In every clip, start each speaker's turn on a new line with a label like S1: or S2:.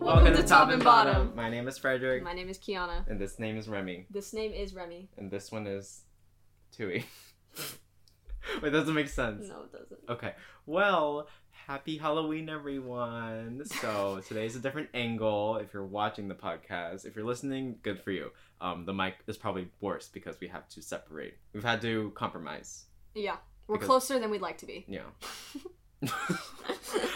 S1: Welcome to Top and Bottom.
S2: My name is Frederick,
S1: My name is Kiana.
S2: and this name is Remy,
S1: This name is Remy.
S2: and this one is Tui. Wait, doesn't make sense.
S1: No, it doesn't.
S2: Okay, well, happy Halloween, everyone. So today's a different angle. If you're watching the podcast, if you're listening, good for you. Um, the mic is probably worse because we have to separate. We've had to compromise.
S1: Yeah, we're
S2: Because-
S1: closer than we'd like to be.
S2: Yeah.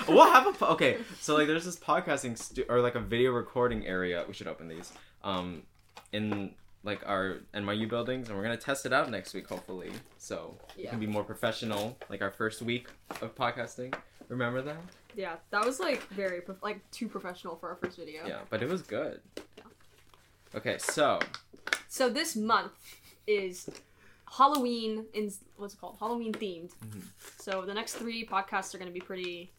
S2: we'll have a po- okay so like there's this podcasting stu- or like a video recording area we should open these um in like our nyu buildings and we're gonna test it out next week hopefully so we
S1: Yeah.
S2: can be more professional like our first week of podcasting remember that
S1: Yeah, that was like very prof- like too professional for our first video.
S2: yeah but it was good okay so
S1: So this month is Halloween in what's it called? Halloween themed.
S2: Mhm.
S1: So the next three podcasts are going to be pretty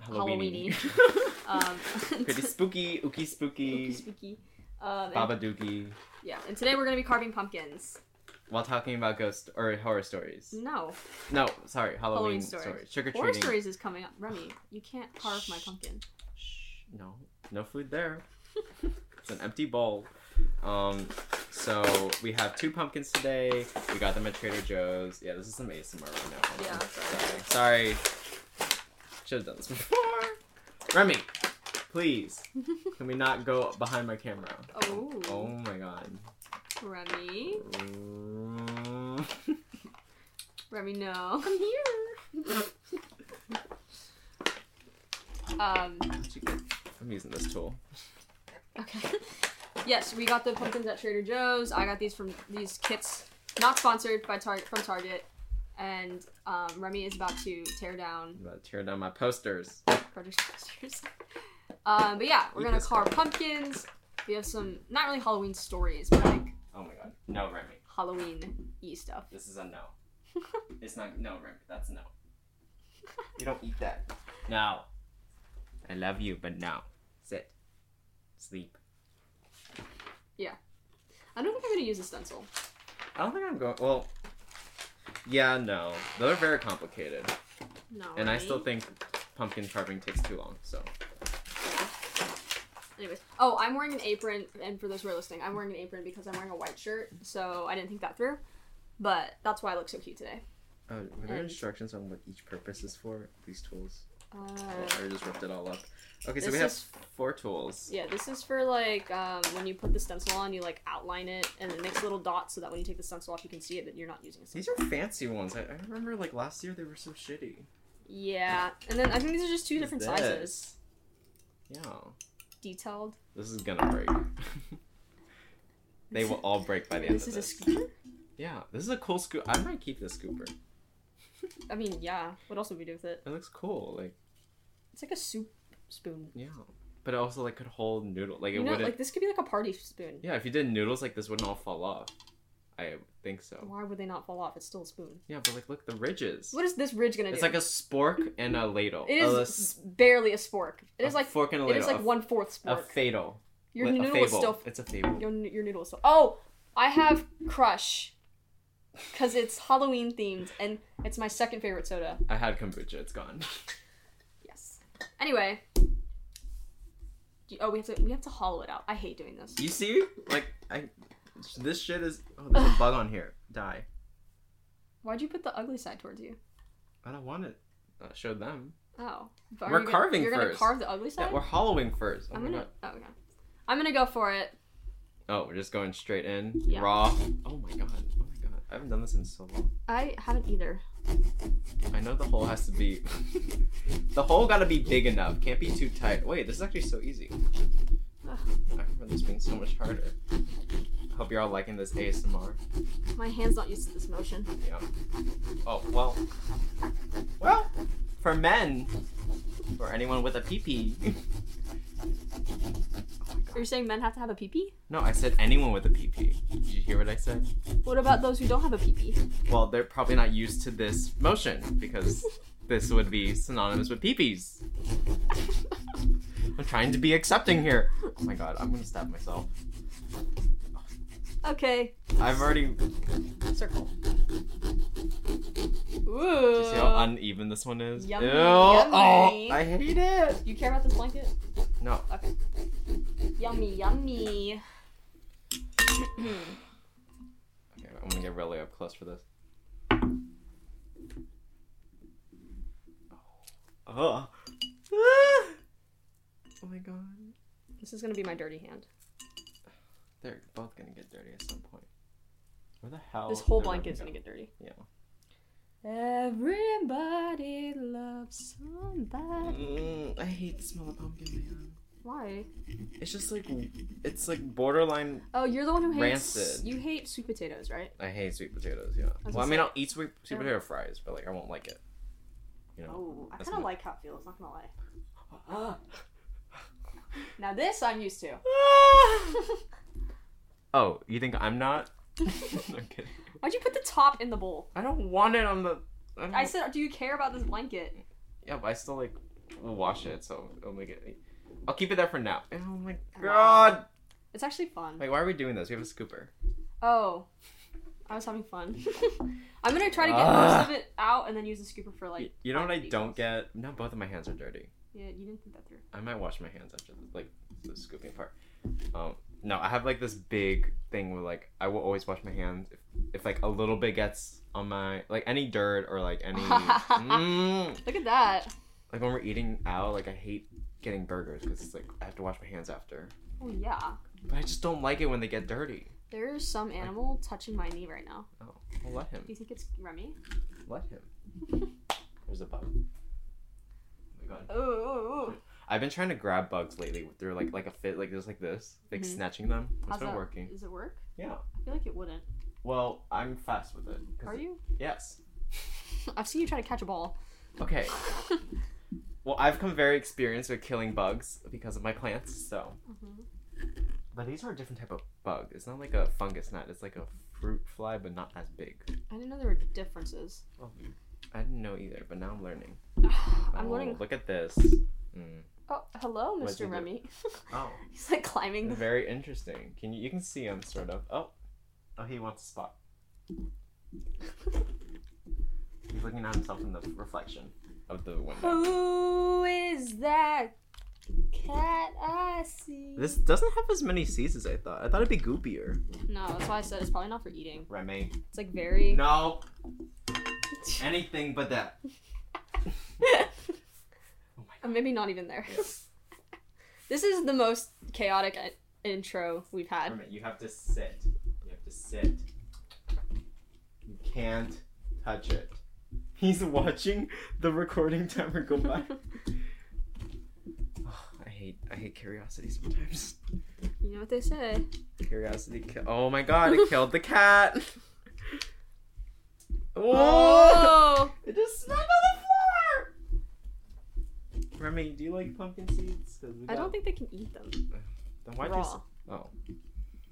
S2: Halloween
S1: um,
S2: pretty spooky ooky spooky
S1: spooky, spooky. Um, and,
S2: baba dookie
S1: yeah, and today we're going to be carving pumpkins.
S2: while talking about ghost or horror stories
S1: No,
S2: no sorry halloween,
S1: Mm. Halloween
S2: stories
S1: stories. horror
S2: trick-or-treating
S1: stories is coming up. Remy, you can't carve my pumpkin.
S2: Shh, no, no food there. it's an empty bowl. Um, so we have two pumpkins today. We got them at Trader Joe's. Yeah, this is some ASMR right now. Hold
S1: Yeah,
S2: on.
S1: sorry.
S2: Sorry. Should have done this before. Remy, please, can we not go behind my camera?
S1: Oh,
S2: Oh my god.
S1: Remy,
S2: Mm.
S1: Remy, no.
S2: I'm here.
S1: Um,
S2: What'd you get? I'm using this tool.
S1: okay. Yes, we got the pumpkins at Trader Joe's. I got these from these kits, not sponsored by Target from Target. And um, Remy is about to tear down
S2: I'm about to tear down my posters.
S1: Frederick's posters. Um, but yeah, we're
S2: Eat
S1: gonna
S2: this
S1: carve pumpkins. We have some not really Halloween stories, but like
S2: Oh my god. No, Remy.
S1: Halloween y stuff.
S2: This is a no. it's not no, Remy. That's no. You don't eat that. No. I love you, but no. Sit. Sleep.
S1: I don't think I'm gonna use a stencil.
S2: I don't think I'm going. Well. Yeah, no. They're very complicated,
S1: No.
S2: and I
S1: Remy.
S2: still think pumpkin carving takes too long. So.
S1: Yeah. Anyways, oh, I'm wearing an apron, and for those who are listening, I'm wearing an apron because I'm wearing a white shirt, so I didn't think that through. But that's why I look so cute today.
S2: Uh, were
S1: there And-
S2: instructions on what each purpose is for these tools?
S1: Uh,
S2: I just ripped it all up. Okay, so
S1: so this
S2: we
S1: we
S2: have
S1: have is-
S2: four tools.
S1: yeah, this is for like um, when you put the stencil on, you like outline it, and it makes little dots so that when you take the stencil off, you can see it that you're not using a
S2: These
S1: stencil.
S2: are fancy ones. I, I remember like last year they were so shitty.
S1: Yeah, and then I think these are just two
S2: Who's
S1: different
S2: this?
S1: sizes,
S2: Yeah.
S1: detailed.
S2: This is gonna break. they will all break by the end
S1: This
S2: of
S1: is a
S2: this.
S1: scooper.
S2: yeah, this is a cool scoop. I might keep this scooper.
S1: I mean, yeah. What else would we do with it?
S2: It looks cool. Like
S1: It's like a soup spoon.
S2: yeah, but it also like could hold noodle. Like it
S1: You know,
S2: wouldn't.
S1: like this could be like a party spoon.
S2: Yeah, if you did noodles like this, wouldn't all fall off. I think so.
S1: Why would they not fall off? It's still a spoon.
S2: Yeah, but like look the ridges.
S1: What is this ridge gonna
S2: It's
S1: do?
S2: like a spork and a ladle.
S1: it
S2: A
S1: is
S2: s-
S1: barely a spork. It
S2: a
S1: is like
S2: fork and a
S1: it
S2: ladle.
S1: is like
S2: a,
S1: one fourth
S2: a
S1: spork.
S2: fatal.
S1: your
S2: Like, a
S1: noodle is
S2: fable.
S1: still
S2: It's a fable.
S1: your, n- your noodle is still. Oh, I have Crush, because it's Halloween themed and it's my second favorite soda.
S2: I had kombucha. It's gone.
S1: Yes. Anyway. Do- Oh, we have to we have to hollow it out. I hate doing this.
S2: You see, like I, this shit is. Oh, there's a bug on here. Die.
S1: Why'd you put the ugly side towards you?
S2: I don't want it. Uh, show them.
S1: Oh, But are
S2: We're
S1: you gonna-
S2: carving
S1: You're gonna
S2: first.
S1: carve the ugly
S2: Yeah,
S1: side.
S2: we're hollowing first. Oh,
S1: I'm
S2: my
S1: gonna.
S2: God.
S1: Oh, okay. I'm gonna go for it.
S2: oh, we're just going straight in.
S1: Yeah.
S2: Raw. Oh my god. Oh my god. I haven't done this in so long.
S1: I haven't either.
S2: I know the hole has to be. the hole gotta be big enough. Can't be too tight. Wait, this is actually so easy. I remember this being so much harder. Hope you're all liking this ASMR.
S1: My hand's not used to this motion.
S2: Yeah. Oh, well. Well, for men. Or anyone with a pee pee.
S1: Are you saying men have to have a pee-pee?
S2: No, I said anyone with a pee pee. Did you hear what I said?
S1: What about those who don't have a pee-pee?
S2: Well, they're probably not used to this motion because this would be synonymous with peepees. I'm trying to be accepting here. Oh my god, I'm gonna stab myself.
S1: okay,
S2: I've already. Do
S1: circle.
S2: you
S1: Ooh.
S2: see how uneven this one is?
S1: Uh, Yummy,
S2: Ew.
S1: yummy.
S2: Oh, I hate it.
S1: you care about this blanket?
S2: No.
S1: Okay. Yummy, yummy.
S2: Okay, I'm gonna get really up close for this. Oh. Ah. Oh my god.
S1: this is gonna be my dirty hand.
S2: They're both gonna get dirty at some point. Where the hell?
S1: this whole
S2: did
S1: blanket's
S2: everything
S1: gonna get dirty.
S2: Oh, Yeah.
S1: Everybody loves
S2: go?
S1: somebody.
S2: Mm, I hate the smell of pumpkin, man.
S1: Why?
S2: It's just like it's like borderline.
S1: Oh, you're the one who hates.
S2: Rancid.
S1: You hate sweet potatoes, right?
S2: I hate sweet potatoes. Yeah.
S1: was
S2: Well, I
S1: gonna
S2: mean,
S1: say-
S2: I'll eat sweet sweet
S1: Yeah.
S2: potato fries, but like I won't like it. You know.
S1: Oh, I
S2: That's
S1: kind of
S2: not-
S1: like how it feels. Not gonna lie. Now this I'm used to.
S2: Oh, you think I'm not? I'm kidding.
S1: Why'd you put the top in the bowl?
S2: I don't want it on the. I, don't,
S1: I said, do you care about this blanket?
S2: Yeah, but I still like will wash it, so it'll make it. I'll keep it there for now. Oh my god!
S1: God. It's actually fun.
S2: Like, why are we doing this? We have a scooper.
S1: Oh, I was having fun. I'm gonna try to get
S2: Ah.
S1: most of it out and then use the scooper for
S2: You,
S1: like.
S2: you know what I
S1: five
S2: don't
S1: details.
S2: get? No, both of my hands are dirty.
S1: Yeah, you didn't think that through.
S2: I might wash my hands after the, like the scooping part. Um, no, I have like this big thing where like I will always wash my hands if, if like a little bit gets on my like any dirt or like any Mm.
S1: Look at that.
S2: like when we're eating out like I hate getting burgers because it's like I have to wash my hands after,
S1: Oh yeah.
S2: but I just don't like it when they get dirty.
S1: There is some animal touching my knee right now.
S2: Well, let
S1: Do
S2: him.
S1: you think it's Remy?
S2: Let him. There's a bug. Oh my god.
S1: Oh.
S2: I've been trying to grab bugs lately through like like a fit like just like this like
S1: Mhm.
S2: snatching them. It's
S1: How's
S2: been
S1: that?
S2: working.
S1: Does it work?
S2: Yeah.
S1: I feel like it wouldn't.
S2: Well, I'm fast with it. 'cause
S1: Are you?
S2: Yes.
S1: I've seen you try to catch a ball. Mm-hmm.
S2: Okay. Well, I've come very experienced with killing bugs because of my plants. So,
S1: Mhm.
S2: but these are a different type of bug. It's not like a fungus gnat. It's like a fruit fly, but not as big.
S1: I didn't know there were differences.
S2: I didn't know either, but now I'm learning.
S1: I'm
S2: Oh,
S1: learning.
S2: Look at this. Mm.
S1: Oh, hello,
S2: What'd you
S1: Mr.
S2: do?
S1: Remy.
S2: Oh,
S1: He's like climbing the.
S2: very interesting. Can you you can see him sort of? Oh, oh, he wants a spot. He's looking at himself in the reflection of the window.
S1: Who is that cat I see?
S2: This doesn't have as many C's as I thought. I thought it'd be goopier.
S1: No, that's why I said it's probably not for eating.
S2: Remy.
S1: It's like very.
S2: No, anything but that. Oh my
S1: Or Maybe not even there.
S2: Yeah.
S1: this is the most chaotic i- intro we've had.
S2: Remy, you have to sit. You have to sit. You can't touch it. He's watching the recording timer go by. I hate I hate curiosity sometimes.
S1: You know what they say.
S2: Curiosity ki- Oh my god, it killed the cat. Whoa!
S1: Oh!
S2: It just smacked on the floor. Remy, do you like pumpkin seeds? 'Cause we
S1: I don't
S2: got-
S1: think they can eat them
S2: Then why'd you?
S1: raw.
S2: s- Oh.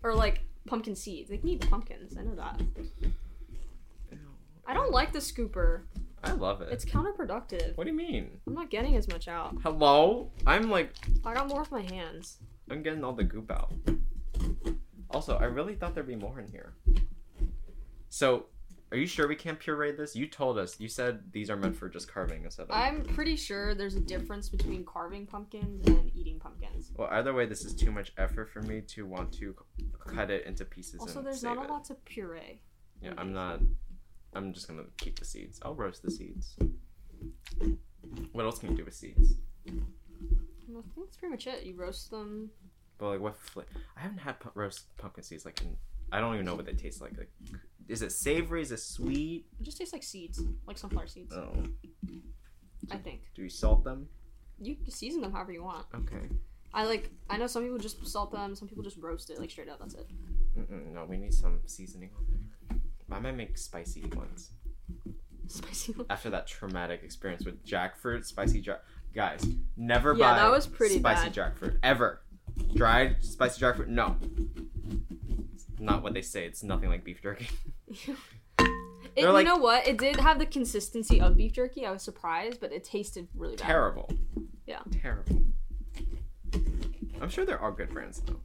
S1: Or like pumpkin seeds. They can eat the pumpkins. I know that. I don't like the scooper.
S2: I love it.
S1: It's counterproductive.
S2: What do you mean?
S1: I'm not getting as much out.
S2: Hello? I'm like
S1: I got more with my hands.
S2: I'm getting all the goop out. Also, I really thought there'd be more in here. So, are you sure we can't puree this? You told us. You said these are meant for just carving instead of.
S1: I'm pretty sure there's a difference between carving pumpkins and eating pumpkins.
S2: Well, either way, this is too much effort for me to want to c- cut it into pieces.
S1: Also,
S2: and
S1: there's
S2: save
S1: not
S2: it.
S1: a lot to puree.
S2: Yeah, I'm not. I'm just gonna keep the seeds. I'll roast the seeds. What else can you do with seeds?
S1: I think that's pretty much it. You roast them.
S2: But like, what? Fl- I haven't had pu- roast pumpkin seeds. Like, in, I don't even know what they taste like. Like, is it savory? Is it sweet?
S1: It just tastes like seeds, like sunflower seeds.
S2: Oh,
S1: I think
S2: do you salt them?
S1: you can season them however you want.
S2: Okay.
S1: I like. I know some people just salt them. Some people just roast it like straight up. That's it.
S2: Mm-mm, no, we need some seasoning on there. I might make spicy ones
S1: Spicy. one.
S2: after that traumatic experience with jackfruit. Spicy jack. Guys, never
S1: Yeah,
S2: buy
S1: that was pretty
S2: spicy jackfruit ever. Dried spicy jackfruit, no. It's not what they say. It's nothing like beef jerky.
S1: It,
S2: They're like-
S1: you know what? It did have the consistency of beef jerky. I was surprised, but it tasted really bad.
S2: Terrible.
S1: Yeah.
S2: Terrible. I'm sure there are good brands though.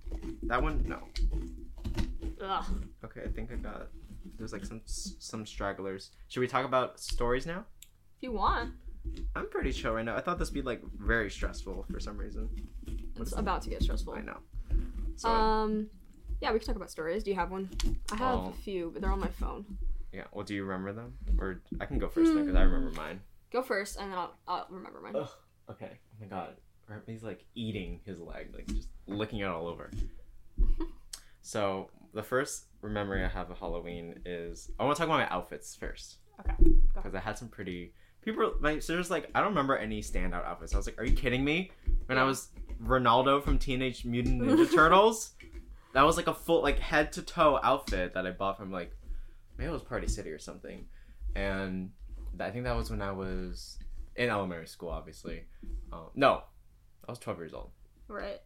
S2: That one, no.
S1: Ugh.
S2: Okay, I think I got. There's like some some stragglers. Should we talk about stories now?
S1: If you want,
S2: I'm pretty chill right now. I thought this would be like very stressful for some reason.
S1: It's
S2: What's-
S1: about to get stressful.
S2: I know. So
S1: um, yeah, we can talk about stories. Do you have one? I have
S2: Oh.
S1: a few, but they're on my phone.
S2: yeah. Well, do you remember them? Or I can go first then because I remember mine.
S1: Go first, and then I'll, I'll remember mine.
S2: Hmm. Ugh. Okay. Oh my god. He's like eating his leg, like just licking it all over. so the first memory I have of Halloween is I want to talk about my outfits first
S1: Okay.
S2: because I had some pretty people. My sister's like, I don't remember any standout outfits. I was like, Are you kidding me? When I was Ronaldo from Teenage Mutant Ninja Turtles, that was like a full like head to toe outfit that I bought from like maybe it was Party City or something, and th- I think that was when I was in elementary school. Obviously, um, no, I was twelve years old.
S1: Right.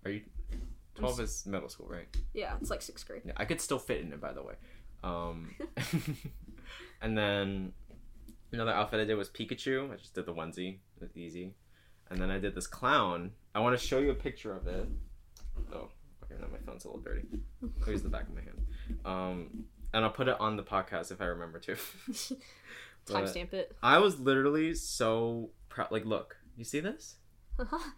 S2: Twelve is middle school, right?
S1: Yeah, it's like sixth grade.
S2: Yeah, I could still fit in it, by the way. Um, and then another outfit I did was Pikachu. I just did the onesie. It's easy. And then I did this clown. I want to show you a picture of it. Oh, okay, now my phone's a little dirty. I'll use the back of my hand. Um, and I'll put it on the podcast if I remember to. But
S1: Timestamp it.
S2: I was literally so proud. Like, look, you see this?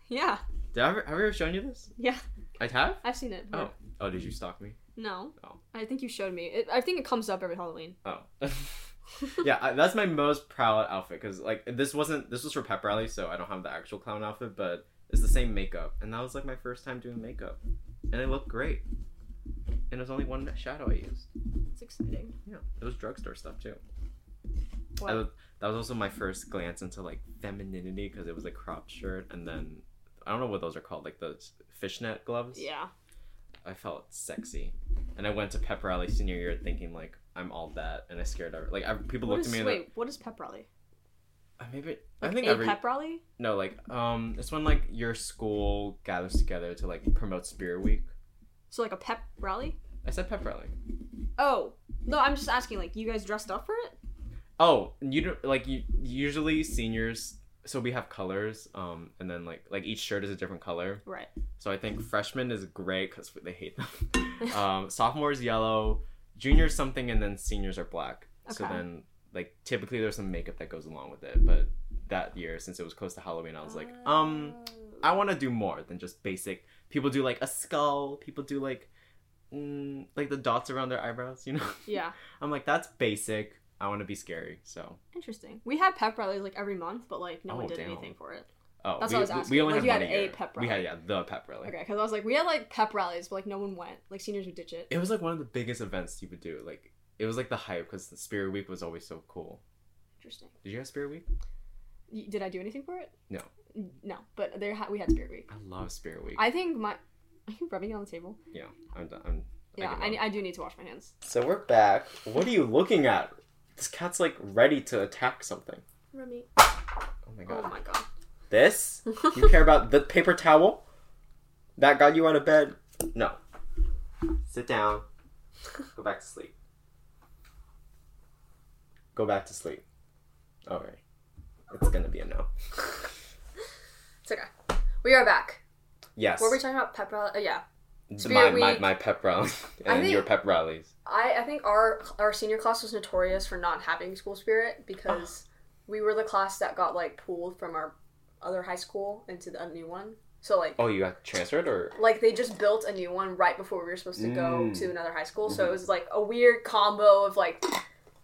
S1: yeah,
S2: Did I ever, have I ever shown you this?
S1: yeah,
S2: I have?
S1: I've seen it.
S2: Oh. Oh, did you stalk me?
S1: No.
S2: Oh.
S1: I think you showed me. It, I think it comes up every Halloween.
S2: Oh. yeah, I, that's my most proud outfit because like this wasn't this was for pep rally, so I don't have the actual clown outfit, but it's the same makeup, and that was like my first time doing makeup, and it looked great, and it was only one shadow I used.
S1: It's exciting.
S2: Yeah, it was drugstore stuff too. I
S1: Wow.
S2: was, that was also my first glance into like femininity because it was a cropped shirt, and then I don't know what those are called, like those fishnet gloves.
S1: Yeah.
S2: I felt sexy, and I went to pep rally senior year thinking like I'm all that, and I scared every, like I, people
S1: What
S2: looked at
S1: is,
S2: me. and they're-
S1: wait, what is pep rally?
S2: Uh, Maybe
S1: Like
S2: I think
S1: a
S2: every
S1: pep rally?
S2: no like um it's when like your school gathers together to like promote Spirit Week.
S1: So like a pep rally?
S2: I said pep rally.
S1: Oh no, I'm just asking. Like you guys dressed up for it?
S2: Oh, and you don't like you usually seniors. So we have colors, um, and then like like each shirt is a different color.
S1: Right.
S2: So I think freshman is gray because they hate them. um, sophomore is yellow, junior is something, and then seniors are black. So
S1: Okay.
S2: then like typically there's some makeup that goes along with it, but that year since it was close to Halloween, I was like, um,
S1: Oh.
S2: I want to do more than just basic. People do like a skull. People do like, mm, like the dots around their eyebrows. You know,
S1: Yeah.
S2: I'm like that's basic. I want to be scary. So
S1: Interesting. We had pep rallies like every month, but like no one
S2: Oh,
S1: did
S2: damn.
S1: anything for it.
S2: oh,
S1: That's
S2: we,
S1: what I was
S2: we-
S1: asking.
S2: we only
S1: Like,
S2: had
S1: you
S2: one
S1: had
S2: a
S1: a
S2: year.
S1: pep
S2: We had
S1: rally.
S2: yeah the pep rally.
S1: Okay, because I was like, we had like pep rallies, but like no one went. Like seniors would ditch it.
S2: It was like one of the biggest events you would do. Like it was like the hype because Spirit Week was always so cool.
S1: Interesting.
S2: Did you have Spirit Week?
S1: Y- Did I do anything for it?
S2: No.
S1: N- No, but there ha- we had Spirit Week.
S2: I love Spirit Week.
S1: I think my. Are you rubbing it on the table?
S2: yeah, I'm done. I'm, I
S1: Yeah,
S2: give
S1: I,
S2: up.
S1: ne- I do need to wash my hands.
S2: so we're back. What are you looking at? This cat's like ready to attack something.
S1: Remy.
S2: Oh my god.
S1: Oh my god.
S2: This? You care about the paper towel? That got you out of bed? No. Sit down. Go back to sleep. Go back to sleep. Alright. It's gonna be a no.
S1: It's okay. We are back.
S2: Yes.
S1: Were we talking about pep rally? Uh, yeah.
S2: my,
S1: Spirit
S2: my,
S1: Week.
S2: my pep rally. and
S1: think-
S2: your pep rallies.
S1: I, I think our our senior class was notorious for not having school spirit because we were the class that got like pulled from our other high school into the a new one. So like
S2: Oh, you got transferred or?
S1: like they just built a new one right before we were supposed to go
S2: Mm.
S1: to another high school. So it was like a weird combo of like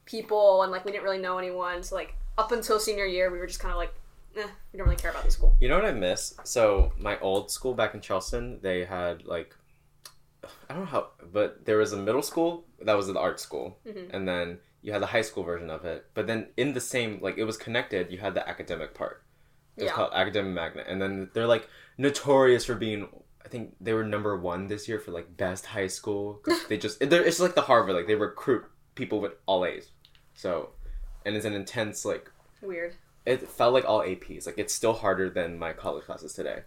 S1: people and like we didn't really know anyone. So like up until senior year, we were just kind of like, eh, we don't really care about the school.
S2: You know what I miss? So my old school back in Charleston, they had like I don't know how, but there was a middle school that was the art school,
S1: Mhm.
S2: and then you had the high school version of it. But then in the same, like it was connected. You had the academic part. It was
S1: Yeah.
S2: called Academic Magnet, and then they're like notorious for being. I think they were number one this year for like best high school. 'cause they just they're- it's like the Harvard, like they recruit people with all A's. So, and it's an intense like
S1: Weird.
S2: it felt like all APs. Like it's still harder than my college classes today.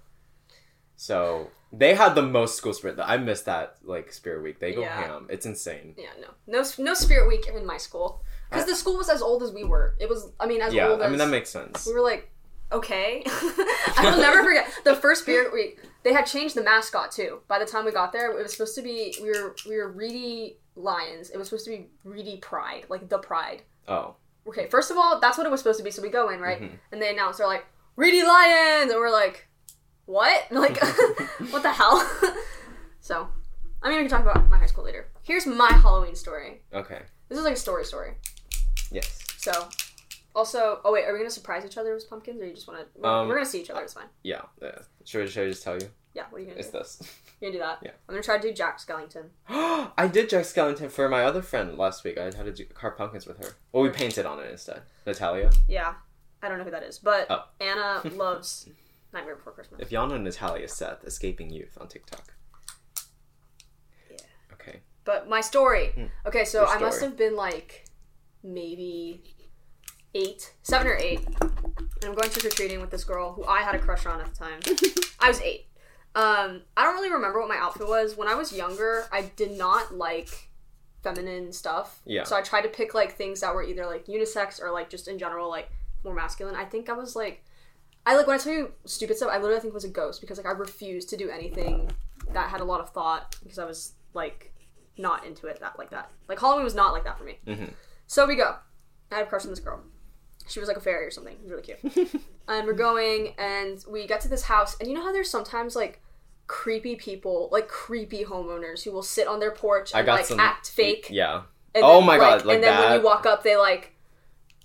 S2: So they had the most school spirit. I miss that like spirit week. They go
S1: Yeah.
S2: ham. It's insane.
S1: Yeah, no, no, no spirit week in my school because the school was as old as we were. It was, I mean, as
S2: yeah,
S1: old
S2: I mean
S1: as
S2: that makes sense.
S1: we were like, okay. I will never forget the first spirit week. They had changed the mascot too. By the time we got there, it was supposed to be we were we were Reedy Lions. It was supposed to be Reedy Pride, like the Pride.
S2: Oh,
S1: okay, first of all, that's what it was supposed to be. So we go in, right?
S2: Mhm.
S1: And they announce, they're like, Reedy Lions! And we're like, what? Like, what the hell? so, I mean, we can talk about my high school later. Here's my Halloween story.
S2: Okay.
S1: This is like a story story.
S2: Yes.
S1: So, also, oh wait, are we gonna surprise each other with pumpkins, or you just wanna? We're,
S2: Um,
S1: we're gonna see each other. It's fine.
S2: Yeah. yeah. Should, I- should I just tell you?
S1: Yeah. What are you gonna
S2: It's
S1: do?
S2: this.
S1: You're gonna do that.
S2: yeah.
S1: I'm gonna try to do Jack Skellington.
S2: I did Jack Skellington for my other friend last week. I had to do, carve pumpkins with her. Well, we painted on it instead. Natalia.
S1: Yeah. I don't know who that is, but
S2: Oh.
S1: Anna loves Nightmare Before Christmas.
S2: If y'all know Natalia Seth, Escaping Youth on TikTok.
S1: Yeah.
S2: Okay.
S1: But my story.
S2: Hmm.
S1: Okay, so
S2: Your
S1: I must
S2: story.
S1: have been like maybe eight, seven or eight. And I'm going trick or treating with this girl who I had a crush on at the time. I was eight. Um, I don't really remember what my outfit was. When I was younger, I did not like feminine stuff.
S2: Yeah.
S1: So I tried to pick like things that were either like unisex or like just in general like more masculine. I think I was like, I like when I tell you stupid stuff, I literally think was a ghost because like I refused to do anything that had a lot of thought because I was like not into it that like that. Like Halloween was not like that for me.
S2: Mhm.
S1: So we go. I had a crush on this girl. She was like a fairy or something. It was really cute. and we're going, and we get to this house, and you know how there's sometimes like creepy people, like creepy homeowners who will sit on their porch
S2: I
S1: and
S2: got
S1: like
S2: some-
S1: act fake.
S2: Yeah.
S1: And
S2: Oh my God, like
S1: and then when
S2: that?
S1: you walk up, they like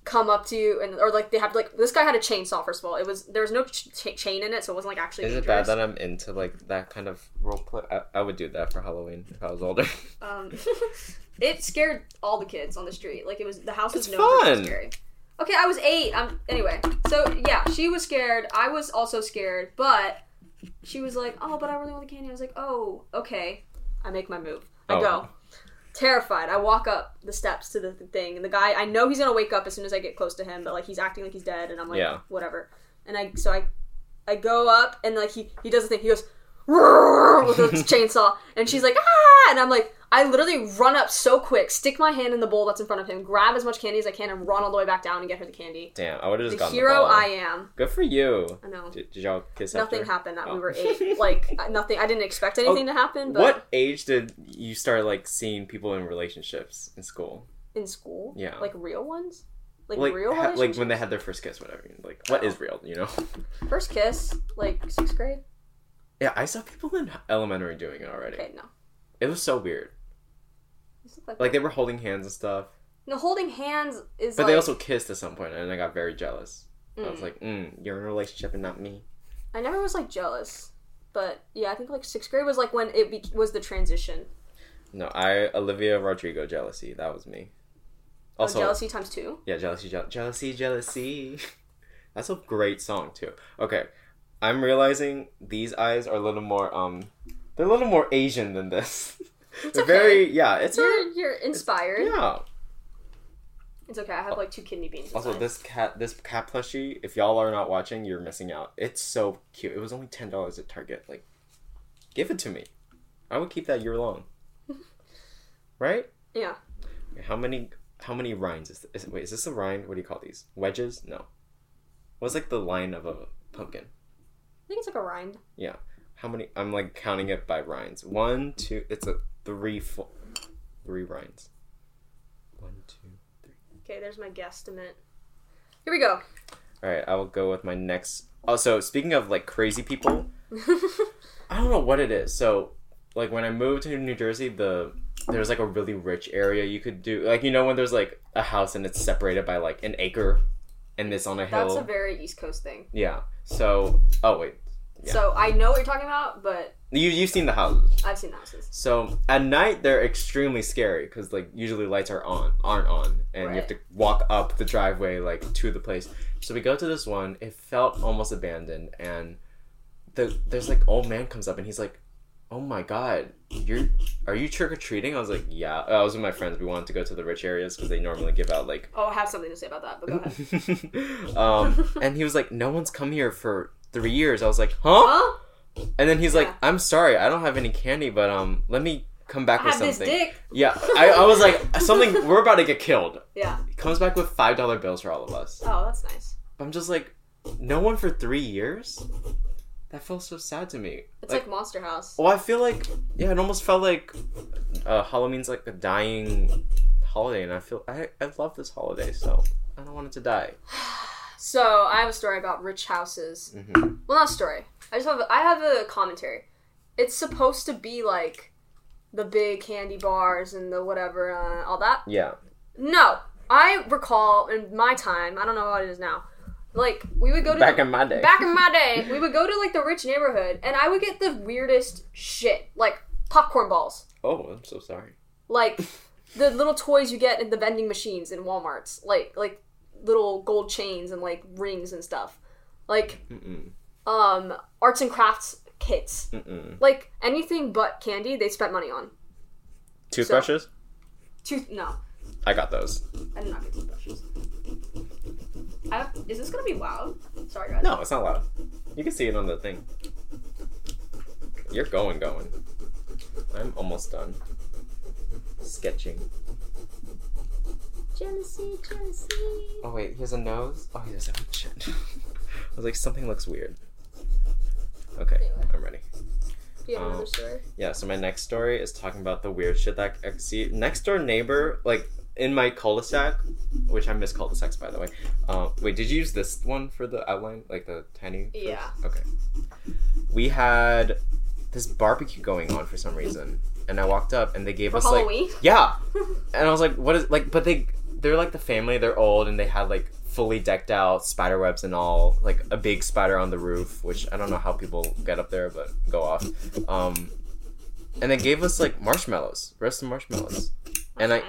S1: come up to you and or like they have to, like this guy had a chainsaw first of all. It was there was no ch- ch- chain in it, so it wasn't like actually.
S2: Is it
S1: dangerous.
S2: bad that I'm into like that kind of role play? I, I would do that for Halloween if I was older.
S1: Um, it scared all the kids on the street. Like it was the house was
S2: It's
S1: known for being
S2: fun.
S1: scary. Okay, I was eight. Um, anyway, so yeah, she was scared. I was also scared, but she was like, "Oh, but I really want the candy." I was like, "Oh, okay." I make my move. I
S2: Oh.
S1: go. Terrified, I walk up the steps to the th- thing, and the guy. I know he's gonna wake up as soon as I get close to him, but like he's acting like he's dead, and I'm like,
S2: Yeah.
S1: whatever. And I so I, I go up, and like he he does the thing. He goes "Roar," with a chainsaw, and she's like, ah, and I'm like, I literally run up so quick, stick my hand in the bowl that's in front of him, grab as much candy as I can, and run all the way back down and get her the candy.
S2: Damn, I would have just
S1: the
S2: gotten
S1: hero
S2: the ball.
S1: I am.
S2: Good for you.
S1: I know.
S2: Did, did y'all kiss
S1: Nothing
S2: after?
S1: happened. That
S2: Oh.
S1: we were eight. Like uh, nothing. I didn't expect anything to happen. But
S2: What age did you start like seeing people in relationships in school?
S1: in school?
S2: Yeah.
S1: Like real ones. Like,
S2: Like
S1: real
S2: ha-
S1: ones.
S2: like when they had their first kiss, whatever. Like what
S1: Oh.
S2: is real? You know?
S1: first kiss, like sixth grade.
S2: Yeah, I saw people in elementary doing it already.
S1: Okay, no.
S2: It was so weird.
S1: It's not that
S2: Like
S1: bad.
S2: they were holding hands and stuff,
S1: no holding hands is.
S2: but
S1: like,
S2: they also kissed at some point, and I got very jealous. I was
S1: Mm.
S2: like, mm, "You're in a relationship and not me."
S1: I never was like jealous, but yeah, I think like sixth grade was like when it be- was the transition.
S2: No, I Olivia Rodrigo jealousy. That was me.
S1: Oh,
S2: Also,
S1: jealousy times two.
S2: Yeah, jealousy, jeal- jealousy, jealousy. That's a great song too. Okay, I'm realizing these eyes are a little more um, they're a little more Asian than this. they're
S1: okay.
S2: very yeah. It's a,
S1: You're you're inspired.
S2: yeah.
S1: It's okay. I have like two kidney beans. It's
S2: Also,
S1: fine.
S2: this cat this cat plushie. If y'all are not watching, you're missing out. It's so cute. It was only ten dollars at Target. Like, give it to me. I would keep that year long. right?
S1: yeah.
S2: How many how many rinds is, is wait, is this a rind? What do you call these? Wedges? No. What's like the line of a pumpkin?
S1: I think it's like a rind.
S2: Yeah. How many I'm like counting it by rinds. One, two it's a three four three rinds. One, two.
S1: Okay, there's my guesstimate. Here we go.
S2: Alright, I will go with my next also speaking of like crazy people, I don't know what it is. So, like when I moved to New Jersey, the there's like a really rich area you could do. Like you know when there's like a house and it's separated by like an acre, and it's on a hill.
S1: That's a very East Coast thing.
S2: yeah. So, oh wait, Yeah.
S1: So I know what you're talking about, but
S2: you you've seen the houses.
S1: I've seen the houses.
S2: So at night they're extremely scary because like usually lights are on aren't on and you have
S1: Right.
S2: to walk up the driveway like to the place. So we go to this one. It felt almost abandoned and the, there's like old man comes up and he's like, "Oh my god, you're are you trick or treating?" I was like, "Yeah." Uh, I was with my friends. We wanted to go to the rich areas because they normally give out like
S1: Oh, I have something to say about that, but go ahead.
S2: um, and he was like, "No one's come here for three years." I was like, "Huh?"
S1: huh?
S2: And then he's like,
S1: Yeah.
S2: "I'm sorry, I don't have any candy, but um, let me come back
S1: I
S2: with
S1: have this
S2: something."
S1: dick.
S2: Yeah, I, I was like, something. We're about to get killed.
S1: Yeah.
S2: He comes back with five dollar bills for all of us.
S1: Oh, that's nice.
S2: I'm just like, no one for three years. That felt so sad to me.
S1: It's like, Monster House.
S2: well, I feel like, yeah, it almost felt like uh, Halloween's like a dying holiday, and I feel I I love this holiday, so I wanted to die.
S1: So I have a story about rich houses.
S2: Mm-hmm.
S1: Well, not story. I just have I have a commentary. It's supposed to be like the big candy bars and the whatever, uh, all that.
S2: Yeah.
S1: No, I recall in my time. I don't know what it is now. Like we would go to
S2: Back in my day.
S1: back in my day, we would go to like the rich neighborhood, and I would get the weirdest shit, like popcorn balls,
S2: oh, I'm so sorry.
S1: like the little toys you get in the vending machines in WalMarts, like like little gold chains and like rings and stuff, like
S2: Mm-mm.
S1: um arts and crafts kits,
S2: Mm-mm.
S1: like anything but candy. They spent money on
S2: Toothbrushes?
S1: tooth. No,
S2: I got those.
S1: I did not get toothbrushes. I have, is this gonna be loud? Sorry guys.
S2: No, it's not loud. You can see it on the thing. You're going, going. I'm almost done. Sketching.
S1: Jealousy, jealousy.
S2: Oh wait, he has a nose. Oh, he does have a chin. I was like, something looks weird. Okay,
S1: Anyway.
S2: I'm ready.
S1: Do you have
S2: Oh.
S1: another story?
S2: Yeah, so my next story is talking about the weird shit that I see. Next door neighbor, like in my cul-de-sac, which I miss cul-de-sacs by the way. Um, wait, did you use this one for the outline, like the tiny? first?
S1: Yeah.
S2: Okay. We had this barbecue going on for some reason, and I walked up and they gave
S1: For
S2: us like
S1: Halloween.
S2: yeah. And I was like, what is like but they they're like the family, they're old and they had like fully decked out spider webs and all, like a big spider on the roof, which I don't know how people get up there but go off. Um and they gave us like marshmallows, roasted marshmallows. And I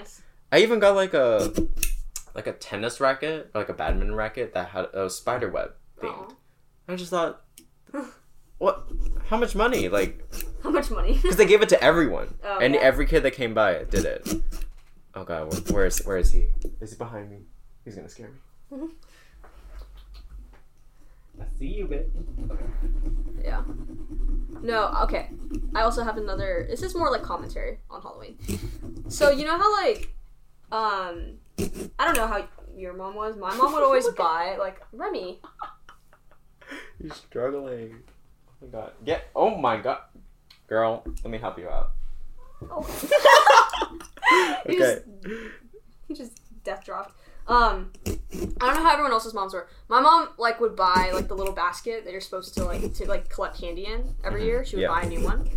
S2: I even got like a like a tennis racket, like a badminton racket that had a spider web themed. I just thought what how much money? Like
S1: How much money?
S2: because they gave it to everyone,
S1: Oh,
S2: and
S1: yeah.
S2: every kid that came by it did it. Oh god, where, where is where is he? Is he behind me? He's gonna scare me.
S1: Mhm.
S2: I see you, bitch.
S1: yeah. No, okay. I also have another. This is more like commentary on Halloween. So you know how like, um, I don't know how your mom was. My mom would always buy like Remy.
S2: You're struggling. Oh my god. Get. Oh my god. Girl, let me help you out.
S1: Oh.
S2: Okay.
S1: He just- he just death dropped. Um, I don't know how everyone else's moms were. My mom like would buy like the little basket that you're supposed to like to like collect candy in every
S2: Mhm.
S1: year. She would
S2: Yeah.
S1: buy a new one,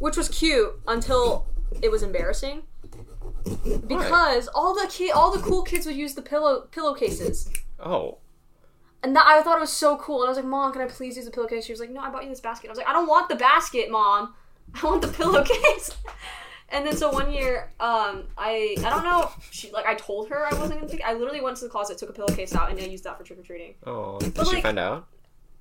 S1: which was cute until it was embarrassing because all the ki- all the cool kids would use the pillow pillowcases.
S2: Oh.
S1: And that I thought it was so cool, and I was like, "Mom, can I please use the pillowcase?" She was like, "No, I bought you this basket." I was like, "I don't want the basket, Mom. I want the pillowcase." and then so one year, um, I I don't know, she like I told her I wasn't gonna take. I literally went to the closet, took a pillowcase out, and I used that for trick or treating.
S2: Oh. Did
S1: But,
S2: she
S1: like-
S2: find out?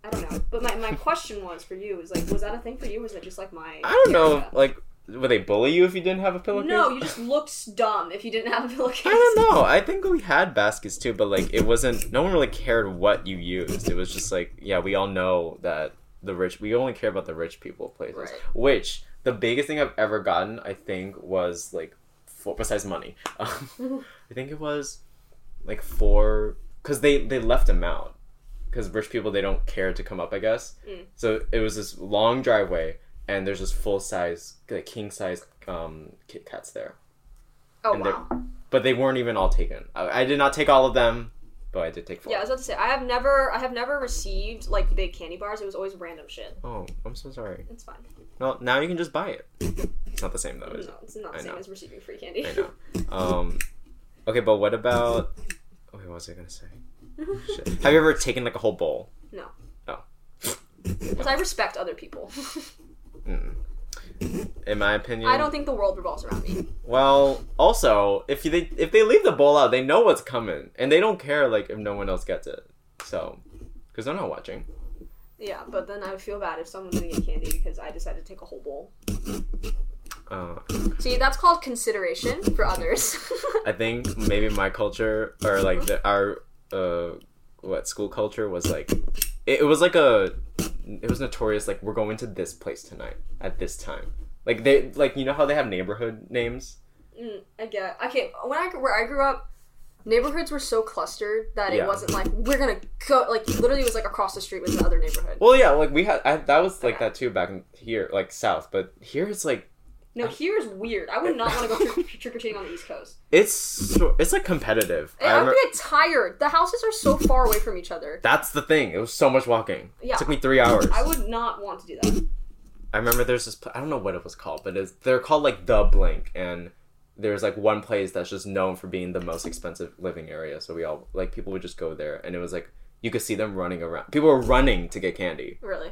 S1: I don't know, but my, my question was for you is like, was that a thing for you? Was it just like my?
S2: I don't know.
S1: area?
S2: Like, would they bully you if you didn't have a pillowcase?
S1: No, you just looked dumb if you didn't have a pillowcase.
S2: I don't know. I think we had baskets too, but like it wasn't. No one really cared what you used. It was just like, yeah, we all know that the rich. We only care about the rich people places.
S1: Right.
S2: Which the biggest thing I've ever gotten, I think, was like, four, besides money, um, I think it was like four because they they left them out because rich people they don't care to come up, I guess.
S1: Mm.
S2: So it was this long driveway, and there's just full size, like king size um, Kit Kats there
S1: Oh
S2: and they're-
S1: wow.
S2: but they weren't even all taken. I, I did not take all of them, but I did take four.
S1: Yeah, I was about to say I have never I have never received like big candy bars. It was always random shit.
S2: Oh, I'm so sorry.
S1: It's fine.
S2: No, now you can just buy it. It's not the same though.
S1: No,
S2: Is it?
S1: it's not
S2: I
S1: the same
S2: know.
S1: as receiving free candy.
S2: I know. Um, okay, but what about? Wait, what was I gonna say? Shit. Have you ever taken like a whole bowl?
S1: No.
S2: Oh.
S1: Because I respect other people.
S2: Mm. In my opinion,
S1: I don't think the world revolves around me.
S2: Well, also, if you, they if they leave the bowl out, they know what's coming, and they don't care like if no one else gets it. So, because they're not watching.
S1: Yeah, but then I would feel bad if someone didn't get candy because I decided to take a whole bowl.
S2: Uh,
S1: See, that's called consideration for others.
S2: I think maybe my culture or like the, our uh what school culture was like it, it was like a it was notorious like we're going to this place tonight at this time like they like you know how they have neighborhood names
S1: Mm, I get. Okay, when I where I grew up, neighborhoods were so clustered that it
S2: Yeah.
S1: wasn't like we're gonna go. Like literally, it was like across the street was another neighborhood.
S2: well yeah like we had I, that was like
S1: Okay.
S2: that too back in here like south but here it's like
S1: No, here's weird. I would not want to go trick trick or treating on the East Coast.
S2: It's so, it's like competitive. I
S1: I would
S2: remember-
S1: get tired. The houses are so far away from each other.
S2: that's the thing. It was so much walking.
S1: Yeah.
S2: It took me three hours.
S1: I would not want to do that.
S2: I remember there's this. pl- I don't know what it was called, but it's, they're called like the Blink, and there's like one place that's just known for being the most expensive living area. So we all like people would just go there, and it was like you could see them running around. People were running to get candy.
S1: Really.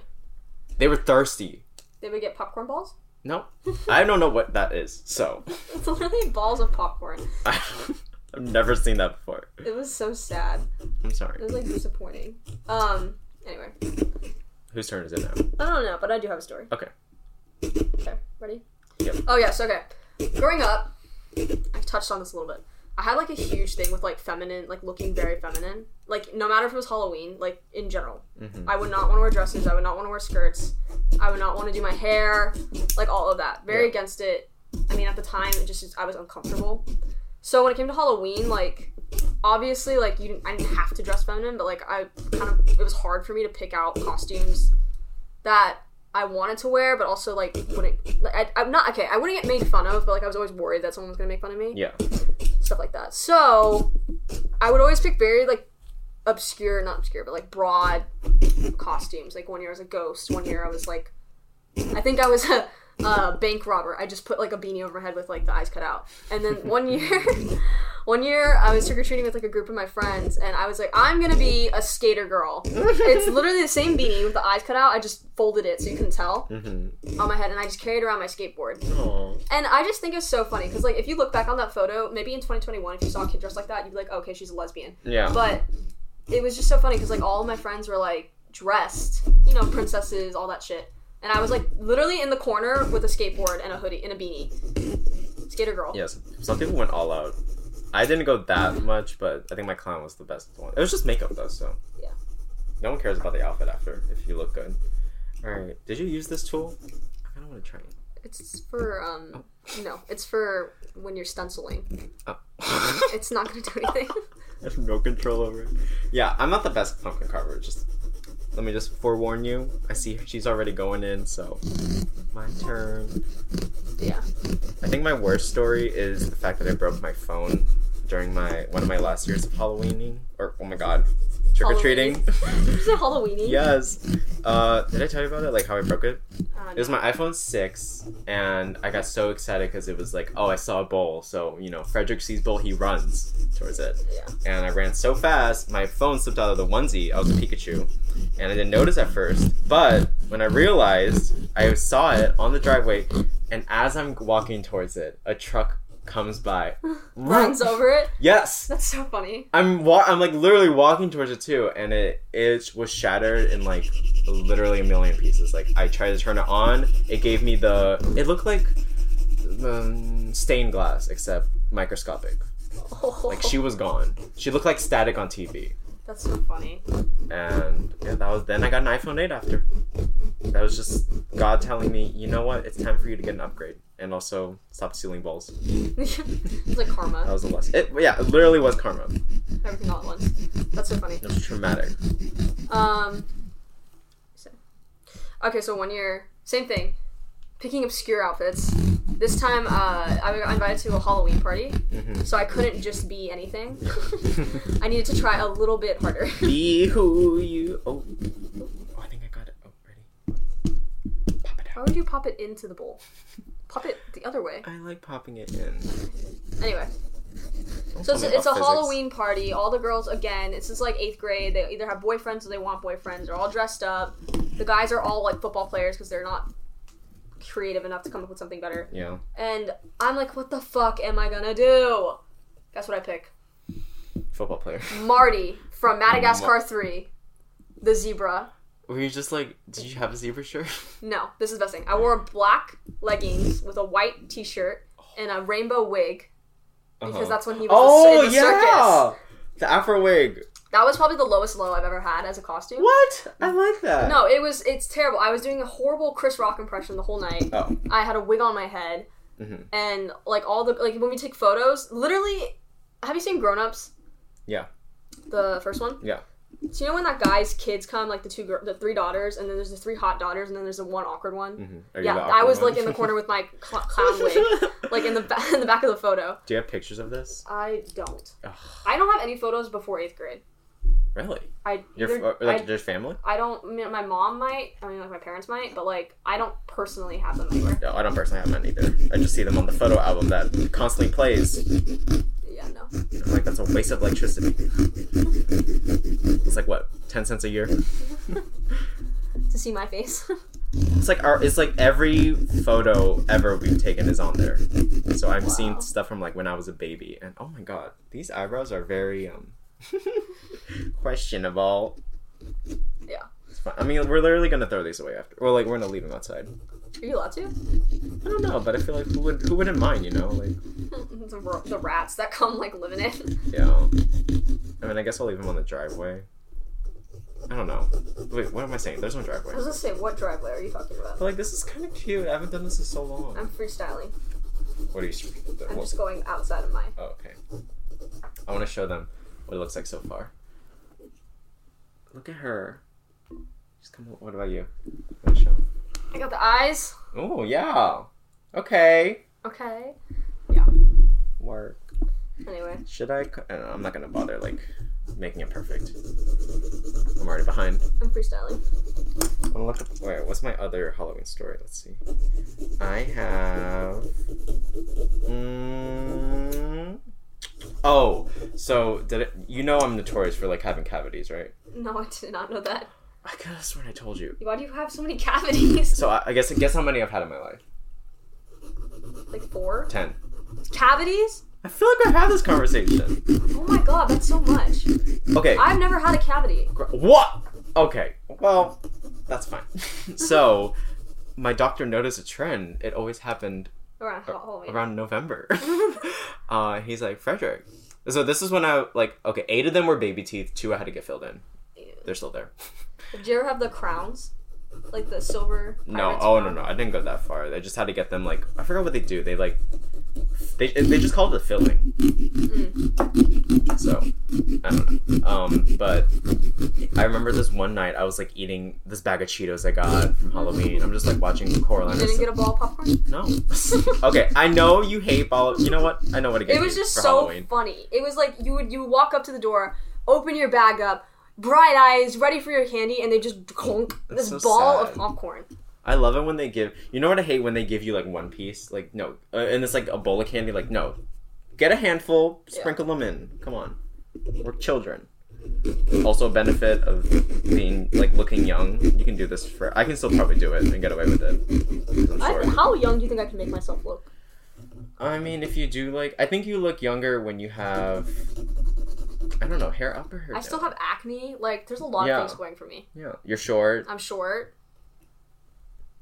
S2: They were thirsty.
S1: They would get popcorn balls?
S2: No, I don't know what that is. So
S1: It's literally balls of popcorn.
S2: I've never seen that before.
S1: It was so sad.
S2: I'm sorry.
S1: It was like disappointing. Um, anyway.
S2: Whose turn is it now?
S1: I don't know, but I do have a story.
S2: Okay.
S1: Okay, ready?
S2: Yep.
S1: Oh yes, okay. Growing up, I touched on this a little bit. I had like a huge thing with like feminine, like looking very feminine. Like no matter if it was Halloween, like in general,
S2: Mhm.
S1: I would not want to wear dresses. I would not want to wear skirts. I would not want to do my hair, like all of that. Very
S2: Yeah.
S1: against it. I mean, at the time, it just I was uncomfortable. So when it came to Halloween, like obviously, like you, didn't, I didn't have to dress feminine, but like I kind of it was hard for me to pick out costumes that I wanted to wear, but also like wouldn't. Like, I, I'm not okay. I wouldn't get made fun of, but like I was always worried that someone was gonna make fun of me,
S2: Yeah.
S1: stuff like that. So I would always pick very like obscure, not obscure, but like broad costumes. Like one year I was a ghost. One year I was like, I think I was a, a bank robber. I just put like a beanie over my head with like the eyes cut out. And then one year, one year I was trick or treating with like a group of my friends, and I was like, I'm gonna be a skater girl.
S2: Mm-hmm.
S1: it's literally the same beanie with the eyes cut out. I just folded it so you couldn't tell
S2: Mm-hmm.
S1: on my head, and I just carried around my skateboard.
S2: Oh.
S1: And I just think it's so funny because like if you look back on that photo, maybe in 2021, if you saw a kid dressed like that, you'd be like, okay, she's a lesbian
S2: Yeah.
S1: but it was just so funny because like all of my friends were like dressed, you know, princesses, all that shit, and I was like literally in the corner with a skateboard and a hoodie and a beanie, skater girl.
S2: Yes, some people went all out. I didn't go that much, but I think my clown was the best one. It was just makeup though, so
S1: Yeah.
S2: No one cares about the outfit after if you look good. All right, did you use this tool? I kind of want to try it.
S1: It's for um, no, it's for when you're stenciling.
S2: Oh.
S1: It's not gonna do anything.
S2: I have no control over it. Yeah, I'm not the best pumpkin carver. Just let me just forewarn you. I see she's already going in, so my turn.
S1: yeah.
S2: I think my worst story is the fact that I broke my phone during my one of my last years of Halloweening or oh my god, trick or treating.
S1: Is it Halloweeny?
S2: Yes. Uh, did I tell you about it? Like how I broke it?
S1: Uh,
S2: It was my iPhone 6, and I got so excited because it was like, oh, I saw a bowl. So, you know, Frederick sees bowl, he runs towards it.
S1: Yeah.
S2: And I ran so fast, my phone slipped out of the onesie. I was a Pikachu. And I didn't notice at first. But when I realized, I saw it on the driveway, and as I'm walking towards it, a truck comes by.
S1: Runs over it.
S2: Yes!
S1: That's so funny.
S2: I'm wa- I'm like literally walking towards it too, and it it was shattered in like literally a million pieces. Like I tried to turn it on, it gave me the it looked like um, stained glass except microscopic. Like she was gone. She looked like static on TV,
S1: That's so funny.
S2: and yeah, that was then I got an iPhone 8 after. That was just God telling me, you know what, it's time for you to get an upgrade, and also stop stealing balls.
S1: it's
S2: That
S1: like karma.
S2: was a lesson. It, yeah, it literally was karma.
S1: Everything all at once. That's so funny.
S2: It was traumatic.
S1: Um. so- Okay, so one year, same thing, picking obscure outfits. This time, uh, I got invited to a Halloween party,
S2: Mhm.
S1: so I couldn't just be anything. I needed to try a little bit harder.
S2: Be who you. Oh. oh, I think I got it. Oh, ready. Pop it
S1: Why
S2: out.
S1: would you pop it into the bowl? Pop it the other way.
S2: I like popping it in.
S1: Anyway,
S2: Don't
S1: so
S2: tell
S1: it's,
S2: me
S1: a- it's a
S2: about physics.
S1: Halloween party. All the girls, again, this is like eighth grade. They either have boyfriends or they want boyfriends. They're all dressed up. The guys are all like football players because they're not creative enough to come up with something better.
S2: Yeah.
S1: And I'm like, what the fuck am I gonna do? Guess what I pick?
S2: Football player.
S1: Marty from Madagascar 3, the zebra.
S2: Were you just like, did you have a zebra shirt?
S1: No, this is the best thing. I wore black leggings with a white t shirt and a rainbow wig because
S2: Uh-huh.
S1: that's when he was
S2: Oh,
S1: in the
S2: yeah!
S1: circus.
S2: The afro wig.
S1: That was probably the lowest low I've ever had as a costume.
S2: What? I like that.
S1: No, it was, it's terrible. I was doing a horrible Chris Rock impression the whole night.
S2: Oh.
S1: I had a wig on my head,
S2: Mhm.
S1: and like all the like when we take photos, literally, have you seen Grown Ups?
S2: Yeah.
S1: The first one.
S2: Yeah.
S1: So you know when that guy's kids come, like the two, girl, the three daughters, and then there's the three hot daughters, and then there's the one awkward one.
S2: Mm-hmm. Are you
S1: Yeah,
S2: the
S1: I
S2: awkward
S1: was
S2: one?
S1: like in the corner with my cl- clown wig, like in the ba- in the back of the photo.
S2: Do you have pictures of this?
S1: I don't.
S2: Ugh,
S1: I don't have any photos before eighth grade.
S2: really?
S1: I
S2: Your
S1: either,
S2: f- like
S1: I,
S2: just family?
S1: I don't. I mean, my mom might. I mean, like my parents might, but like I don't personally have them anywhere.
S2: No, I don't personally have mine either. I just see them on the photo album that constantly plays.
S1: Yeah, no.
S2: I'm like that's a waste of electricity. It's like what, ten cents a year?
S1: To see my face.
S2: It's like our. It's like every photo ever we've taken is on there. So I'm
S1: Wow.
S2: seeing stuff from like when I was a baby, and oh my god, these eyebrows are very um questionable.
S1: Yeah.
S2: It's fine. I mean, we're literally gonna throw these away after. Well, like we're gonna leave them outside.
S1: Are you allowed to?
S2: I don't know, but I feel like who would who wouldn't mind, you know? Like
S1: the, r- the rats that come like living in.
S2: yeah. I mean, I guess I'll leave them on the driveway. I don't know. Wait, what am I saying? There's no driveway.
S1: I was gonna say, what driveway are you talking about?
S2: But like this is kind of cute. I haven't done this in so long.
S1: I'm freestyling.
S2: What are you? What,
S1: I'm just going outside of mine.
S2: Oh, okay. I want to show them what it looks like so far. Look at her. Just come. What about you?
S1: I got the eyes.
S2: Oh yeah. Okay.
S1: Okay.
S2: Work.
S1: Anyway,
S2: Should I? c- I don't know, I'm not gonna bother like making it perfect. I'm already behind.
S1: I'm freestyling.
S2: I wanna look. Up, wait, what's my other Halloween story? Let's see. I have. Mm, oh, so did it, you know I'm notorious for like having cavities, right?
S1: No, I did not know that.
S2: I could have sworn I told you.
S1: Why do you have so many cavities?
S2: So I, I guess guess how many I've had in my life?
S1: Like four
S2: Ten.
S1: cavities?
S2: I feel like I've had this conversation.
S1: Oh my god, that's so much.
S2: Okay.
S1: I've never had a cavity.
S2: gr- What? Okay. Well, that's fine. so, my doctor noticed a trend. It always happened
S1: Around Halloween.
S2: around November. uh, he's like Frederick. So this is when I like okay. Eight of them were baby teeth. Two I had to get filled in. They're still there.
S1: Did you ever have the crowns? Like the silver.
S2: No,
S1: pirate's
S2: oh no,
S1: crown?
S2: no, I didn't go that far. I just had to get them like I forgot what they do. They like they they just call it a filling.
S1: Mm.
S2: So I don't know. Um, but I remember this one night I was like eating this bag of Cheetos I got from Halloween. I'm just like watching Coraline.
S1: You
S2: or
S1: didn't
S2: some-
S1: get a ball of popcorn?
S2: no. okay, I know you hate ball. You know what? I know what to get.
S1: It was
S2: you
S1: just
S2: for
S1: so
S2: Halloween.
S1: funny. It was like you would you would walk up to the door, open your bag up, bright eyes, ready for your candy, and they just clunk this
S2: That's so
S1: ball of
S2: sad.
S1: popcorn.
S2: I love it when they give. You know what I hate when they give you like one piece, like no, uh, and it's like a bowl of candy. Like no, get a handful, sprinkle them in. Come on, we're children. Also, benefit of being like looking young, you can do this for. I can still probably do it and get away with it. 'cause I'm
S1: I,
S2: short.
S1: how young do you think I can make myself look?
S2: I mean, if you do like, I think you look younger when you have. I don't know, hair up or hair
S1: I
S2: down.
S1: still have acne. Like, there's a lot
S2: Yeah.
S1: of things going for me.
S2: Yeah, you're short.
S1: I'm short.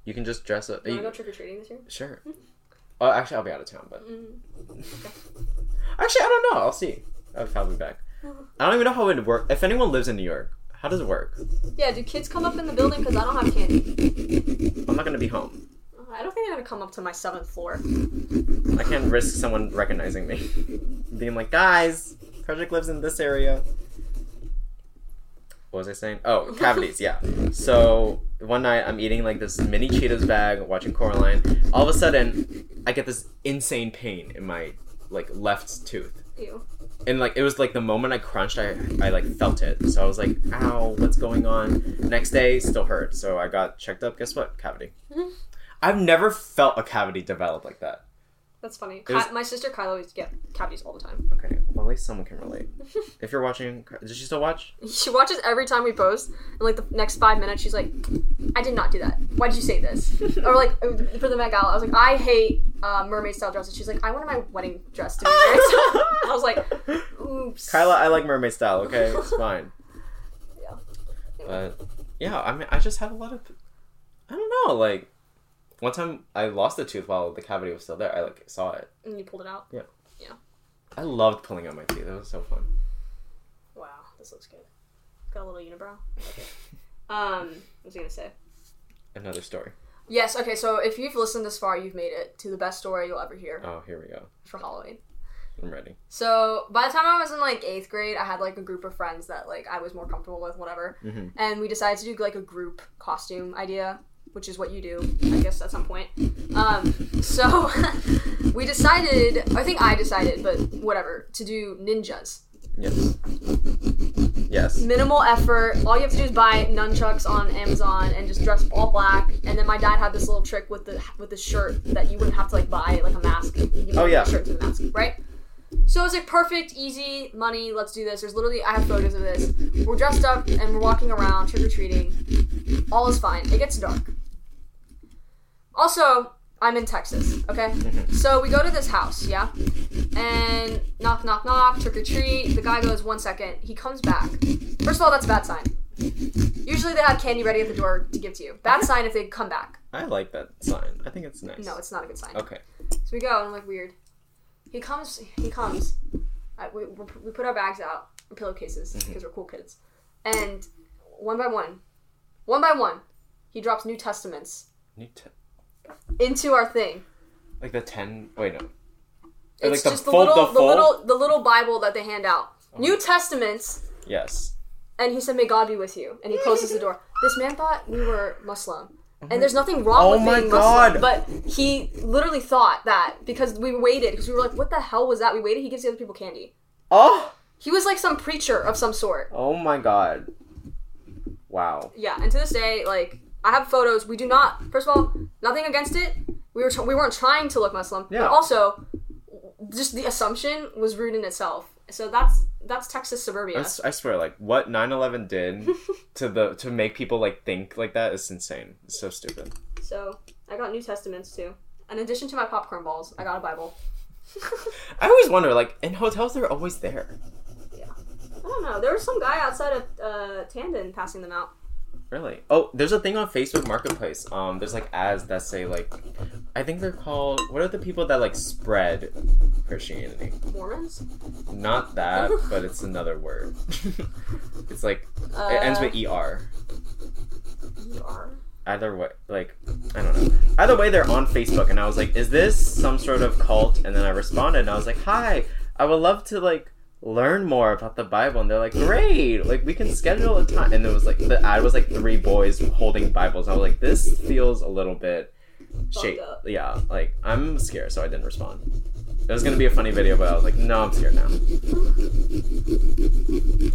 S2: You can just dress up.
S1: You wanna
S2: you-
S1: go Hmm. trick or treating this year?
S2: Sure. Oh, actually, I'll be out of town, but.
S1: Mm.
S2: Actually, I don't know. I'll see. I'll probably be back. I don't even know how it would work. If anyone lives in New York, how does it work?
S1: Yeah, do kids come up in the building? Because I don't have candy. Oh,
S2: I'm not gonna be home.
S1: I don't think they're gonna come up to my seventh floor.
S2: I can't risk someone recognizing me, being like, guys, Project lives in this area. What was I saying? Oh, cavities. Yeah. So one night I'm eating like this mini Cheetos bag, watching Coraline. All of a sudden, I get this insane pain in my like left tooth.
S1: Ew.
S2: and like it was like the moment I crunched, I I like felt it. So I was like, "Ow, what's going on?" Next day, still hurt. So I got checked up. Guess what? Cavity.
S1: Mm-hmm.
S2: I've never felt a cavity develop like that.
S1: That's funny.
S2: It was-
S1: Ki- my sister Kyla always get cavities all the time.
S2: Okay, well at least someone can relate. If you're watching, does she still watch?
S1: She watches every time we post, and like the next five minutes, she's like, "I did not do that. Why did you say this?" or like for the Met Gala, I was like, "I hate uh, mermaid style dresses." She's like, "I wanted my wedding dress to be red." I was like, "Oops."
S2: Kyla, I like mermaid style. Okay, it's fine.
S1: Yeah.
S2: But yeah, I mean, I just had a lot of, I don't know, like. One time I lost a tooth while the cavity was still there. I like saw it.
S1: and you pulled it out.
S2: I loved pulling out my teeth. It was so fun.
S1: Wow, this looks good. Got a little unibrow. um, what was I gonna say?
S2: Another story.
S1: Yes. Okay. So if you've listened this far, you've made it to the best story you'll ever hear
S2: Oh, here we go.
S1: for Halloween.
S2: I'm ready.
S1: So by the time I was in like eighth grade, I had like a group of friends that like I was more comfortable with, whatever.
S2: Mhm.
S1: And we decided to do like a group costume idea, which is what you do, I guess, at some point. Um, so we decided, I think I decided, but whatever, to do ninjas.
S2: Yes. Mm-hmm. Yes.
S1: Minimal effort. All you have to do is buy nunchucks on Amazon and just dress all black. And then my dad had this little trick with the with the shirt that you wouldn't have to like buy like a mask. You would
S2: Oh, yeah.
S1: the shirt to the mask, right? So it was like perfect, easy money. Let's do this. There's literally I have photos of this. We're dressed up and we're walking around trick or treating. All is fine. It gets dark. Also, I'm in Texas. Okay, so we go to this house. Yeah and knock, knock, knock, trick or treat. The guy goes, one second. He comes back. First of all, that's a bad sign. Usually they have candy ready at the door to give to you. Bad sign if they come back.
S2: I like that sign. I think it's nice.
S1: No, it's not a good sign.
S2: Okay.
S1: So we go, and I'm like, weird. He comes, he comes. I, we, we're- we put our bags out, our pillowcases,
S2: Mm-hmm.
S1: because we're cool kids. And one by one, one by one, he drops New Testaments
S2: New te-
S1: into our thing.
S2: like the ten. Wait no. Or,
S1: It's
S2: like, the
S1: just the,
S2: full-
S1: little,
S2: the Uh-huh.
S1: the
S2: full?
S1: little, the little Bible that they hand out. New Testaments
S2: Yes.
S1: and he said, "May God be with you," and he closes the door. This man thought we were Muslim, and there's nothing wrong
S2: Oh
S1: with
S2: my
S1: being
S2: God.
S1: Muslim, but he literally thought that because we waited because we were like, "What the hell was that?" We waited. He gives the other people candy.
S2: Oh.
S1: He was like some preacher of some sort.
S2: Oh my god. Wow.
S1: Yeah, and to this day, like I have photos. We do not. First of all, nothing against it. We were tr- we weren't trying to look Muslim.
S2: Yeah.
S1: But also, just the assumption was rude in itself. So that's that's Texas suburbia.
S2: I s- I swear, like what 9/11 did to the to make people like think like that is insane. It's so stupid.
S1: So I got New Testaments too. In addition to my popcorn balls, I got a Bible.
S2: I always wonder, like in hotels, they're always there.
S1: I don't know. There was some guy outside of uh, Tandon passing them out.
S2: Really? Oh, there's a thing on Facebook Marketplace. Um, there's like ads that say like, I think they're called. What are the people that like spread Christianity?
S1: Mormons?
S2: Not that, but it's another word. it's like
S1: Uh,
S2: it ends with er.
S1: ER.
S2: Either way, like I don't know. Either way, they're on Facebook, and I was like, "Is this some sort of cult?" And then I responded, and I was like, "Hi, I would love to like learn more about the Bible." And they're like, "Great, like we can schedule a time." And it was like the ad was like three boys holding Bibles. I was like, "This feels a little bit shake."
S1: up.
S2: Yeah, like I'm scared, so I didn't respond. It was gonna be a funny video, but I was like, "No, I'm scared now."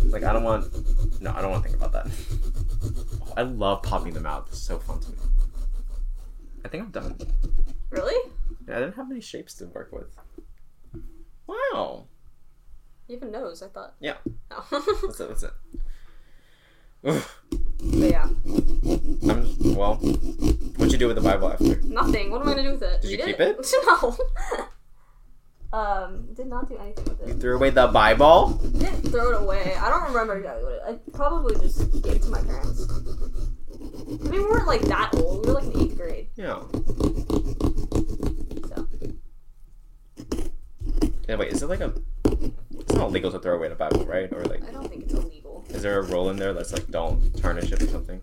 S2: Like I don't want. No, I don't want to think about that. Oh, I love popping them out. It's so fun to me. I think I'm done.
S1: Really?
S2: I didn't have many shapes to work with. Wow.
S1: You have a nose, I thought. Oh.
S2: Yeah.
S1: No.
S2: That's it. That's it. Oof.
S1: but yeah.
S2: I'm well. What'd you do with the Bible after?
S1: Nothing. What am I going to do with it?
S2: Did you
S1: Read
S2: keep
S1: no. um, did not do anything with it.
S2: Threw away the Bible.
S1: Didn't throw it away. I don't remember exactly what it I probably just gave it to my parents. I mean, we weren't like that old. We were like in eighth grade.
S2: Yeah.
S1: So.
S2: Yeah. Wait. Is it like a? It's not legal to throw away the Bible, right? Or like,
S1: I don't think it's illegal.
S2: is there a rule in there that's like don't tarnish it or something?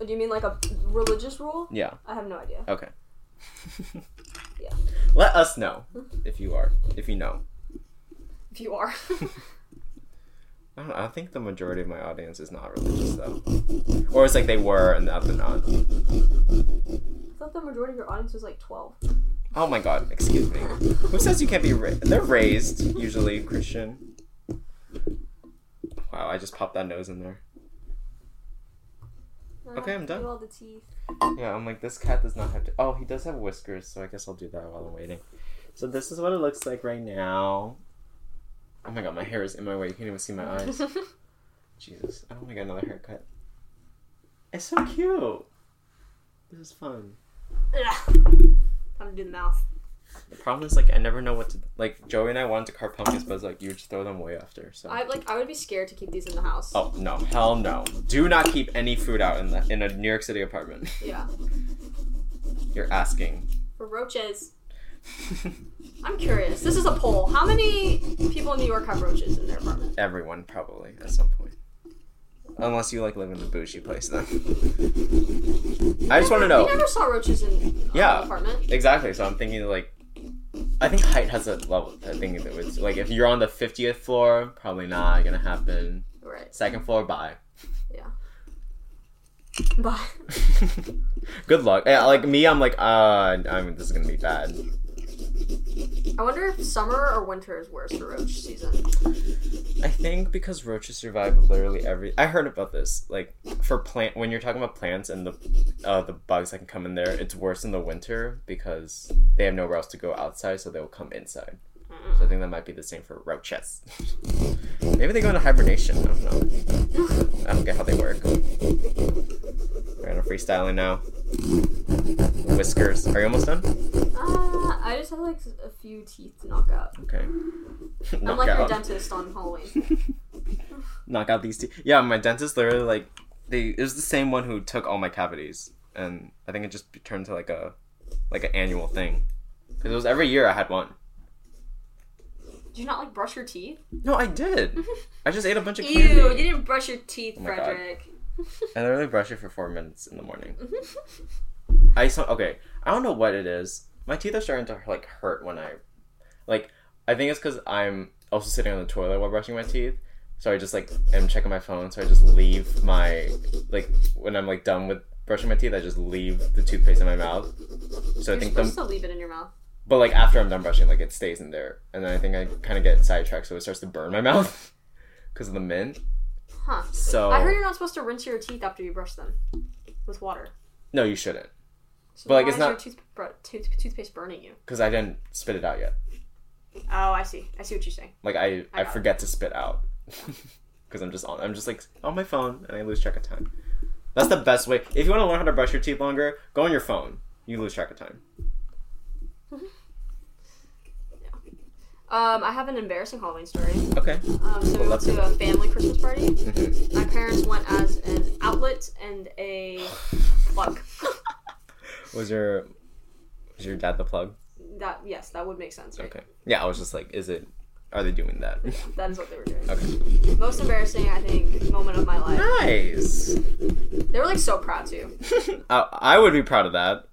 S1: Do you mean like a religious rule?
S2: Yeah.
S1: I have no idea.
S2: Okay.
S1: Yeah.
S2: Let us know if you are. If you know.
S1: If you are.
S2: I don't know. I think the majority of my audience is not religious though, or it's like they were and now they're not.
S1: I thought the majority of your audience was like 12.
S2: Oh my god! Excuse me. Who says you can't be? Ra- they're raised usually Christian. Wow! I just popped that nose in there. Okay, I'm done.
S1: Do all the teeth.
S2: Yeah, I'm like this cat does not have to. Oh, he does have whiskers, so I guess I'll do that while I'm waiting. So this is what it looks like right now. Oh my god, my hair is in my way. You can't even see my eyes. Jesus, I want to get another haircut. It's so cute. This is fun.
S1: Time to do the mouth.
S2: The problem is like I never know what to like. Joey and I wanted to carve pumpkins, but it's like you just throw them away after. So
S1: I like. I would be scared to keep these in the house.
S2: oh no, hell no! Do not keep any food out in the in a New York City apartment.
S1: Yeah.
S2: You're asking.
S1: For roaches. I'm curious. This is a poll. How many people in New York have roaches in their apartment?
S2: Everyone probably at some point, unless you like live in a bougie place. Then I just want to
S1: We
S2: know
S1: never saw roaches in our
S2: Yeah.
S1: apartment.
S2: exactly. So I'm thinking like I think height has a level. I think that was like if you're on the fiftieth floor, probably not gonna happen.
S1: Right.
S2: Second floor, bye.
S1: But
S2: Good luck. Yeah, like me, I'm like, uh, I mean, this is gonna be bad.
S1: I wonder if summer or winter is worse for roach season.
S2: I think because roaches survive literally every. I heard about this. Like for plant, when you're talking about plants and the uh, the bugs that can come in there, it's worse in the winter because they have nowhere else to go outside, so they will come inside. So I think that might be the same for roaches. Maybe they go into hibernation. I don't know.
S1: Mm.
S2: I don't get how they work. We're gonna freestyling now. Whiskers. Are you almost done?
S1: Uh, I just have like a few teeth to knock out.
S2: Okay.
S1: I'm
S2: Knock
S1: like your
S2: out.
S1: dentist on Halloween.
S2: knock out these teeth. Yeah, my dentist literally like they it was the same one who took all my cavities, and I think it just be- turned to like a like an annual thing because it was every year I had one.
S1: Did you not like brush your teeth?
S2: No, I did. I just ate a bunch of
S1: Ew, you
S2: candy.
S1: didn't brush your teeth,
S2: Oh my God.
S1: Frederick.
S2: I literally brush it for four minutes in the morning.
S1: Mm-hmm.
S2: I so okay. I don't know what it is. My teeth are starting to like hurt when I, like, I think it's because I'm also sitting on the toilet while brushing my teeth. So I just like am checking my phone. So I just leave my like when I'm like done with brushing my teeth, I just leave the toothpaste in my mouth. So I
S1: You're
S2: think the
S1: supposed to leave it in your mouth.
S2: but like after I'm done brushing, like it stays in there, and then I think I kind of get sidetracked, so it starts to burn my mouth because of the mint.
S1: Huh.
S2: So
S1: I heard you're not supposed to rinse your teeth after you brush them with water.
S2: no, you shouldn't
S1: So
S2: But, like,
S1: why
S2: it's
S1: is your
S2: not-
S1: tooth, br- tooth, toothpaste burning you.
S2: because I didn't spit it out yet.
S1: Oh, I see. I see what you're saying.
S2: Like I,
S1: I
S2: I,
S1: got it.
S2: forget to spit out because I'm just on. I'm just like on my phone and I lose track of time. That's the best way. If you want to learn how to brush your teeth longer, go on your phone. You lose track of time.
S1: Um, I have an embarrassing Halloween story.
S2: Okay.
S1: Um, so we
S2: Well,
S1: went
S2: that's-
S1: to a family Christmas party.
S2: Mhm.
S1: My parents went as an outlet and a plug.
S2: Was your was your dad the plug?
S1: that yes, that would make sense, right?
S2: Okay. Yeah, I was just like, is it? Are they doing that?
S1: That is what they were doing.
S2: okay.
S1: Most embarrassing, I think, moment of my life.
S2: Nice.
S1: They were like so proud too.
S2: I, I would be proud of that.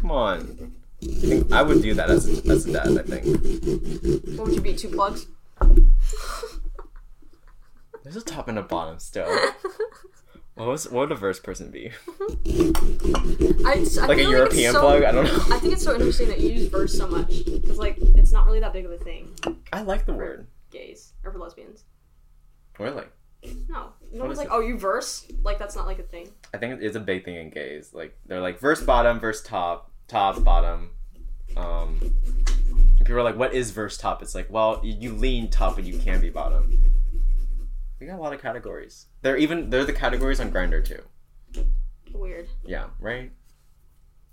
S2: Come on. You think- I would do that as a, as a dad. I think.
S1: What would you be? Two plugs?
S2: There's a top and a bottom still. What was what would a verse person be?
S1: I, I feel
S2: Like a European plug? I don't know.
S1: I think it's so interesting that you use verse so much because like it's not really that big of a thing.
S2: I like the word.
S1: Gays or for lesbians?
S2: Really?
S1: No, no
S2: What
S1: one's
S2: is
S1: like,
S2: it?
S1: oh, you verse? Like that's not like a thing.
S2: I think it's a big thing in gays. Like they're like verse bottom, verse top, top bottom. Um, and people are like, "What is verse top?" It's like, well, you, you lean top, but you can be bottom. We got a lot of categories. They're even they're the categories on Grinder too.
S1: Weird.
S2: Yeah, right.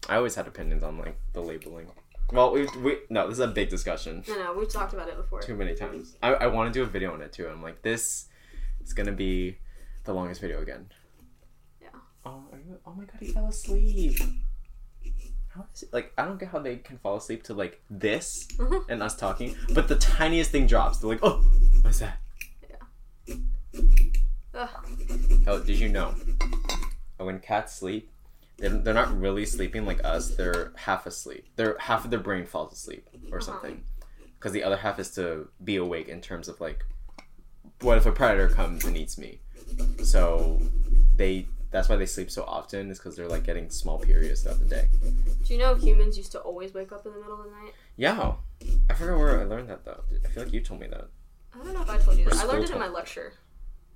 S2: I always had opinions on like the labeling. Well, we we no, this is a big discussion.
S1: No, no, we've talked about it before.
S2: Too many times. I, I want to do a video on it too. I'm like, this is gonna be the longest video again.
S1: Yeah.
S2: Oh, are you, oh my god, he fell asleep. How is it? Like, I don't get how they can fall asleep to like this
S1: Mhm.
S2: and us talking, but the tiniest thing drops. They're like, oh, what's that?
S1: Ugh.
S2: Oh, did you know? When cats sleep, they're, they're not really sleeping like us. They're half asleep. They're half of their brain falls asleep or
S1: Uh-huh.
S2: something, because the other half is to be awake in terms of like, what if a predator comes and eats me? So they that's why they sleep so often is because they're like getting small periods throughout the day.
S1: Do you know humans used to always wake up in the middle of the night?
S2: Yeah, I forgot where I learned that though. I feel like you told me that.
S1: I don't know if I told you
S2: Or
S1: that. I learned it in
S2: school
S1: my lecture.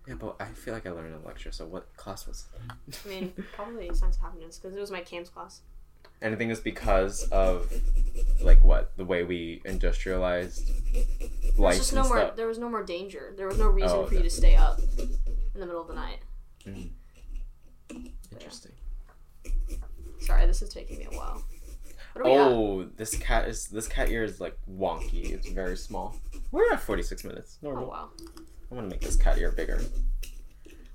S2: Yeah, but I feel like I learned in a lecture. So what class was? it?
S1: I mean, probably science of happiness because it was my CAMS class.
S2: and I think it's because of like what the way we industrialized
S1: There's
S2: life
S1: just
S2: and
S1: no more.
S2: stuff.
S1: There was no more danger. There was no reason
S2: Oh,
S1: for you
S2: okay.
S1: to stay up in the middle of the night.
S2: Interesting.
S1: Sorry, this is taking me a while. What are we at?
S2: Oh, this cat is this cat ear is like wonky. It's very small. We're at forty six minutes.
S1: Oh
S2: Normal.
S1: wow.
S2: I'm gonna make this cat ear bigger.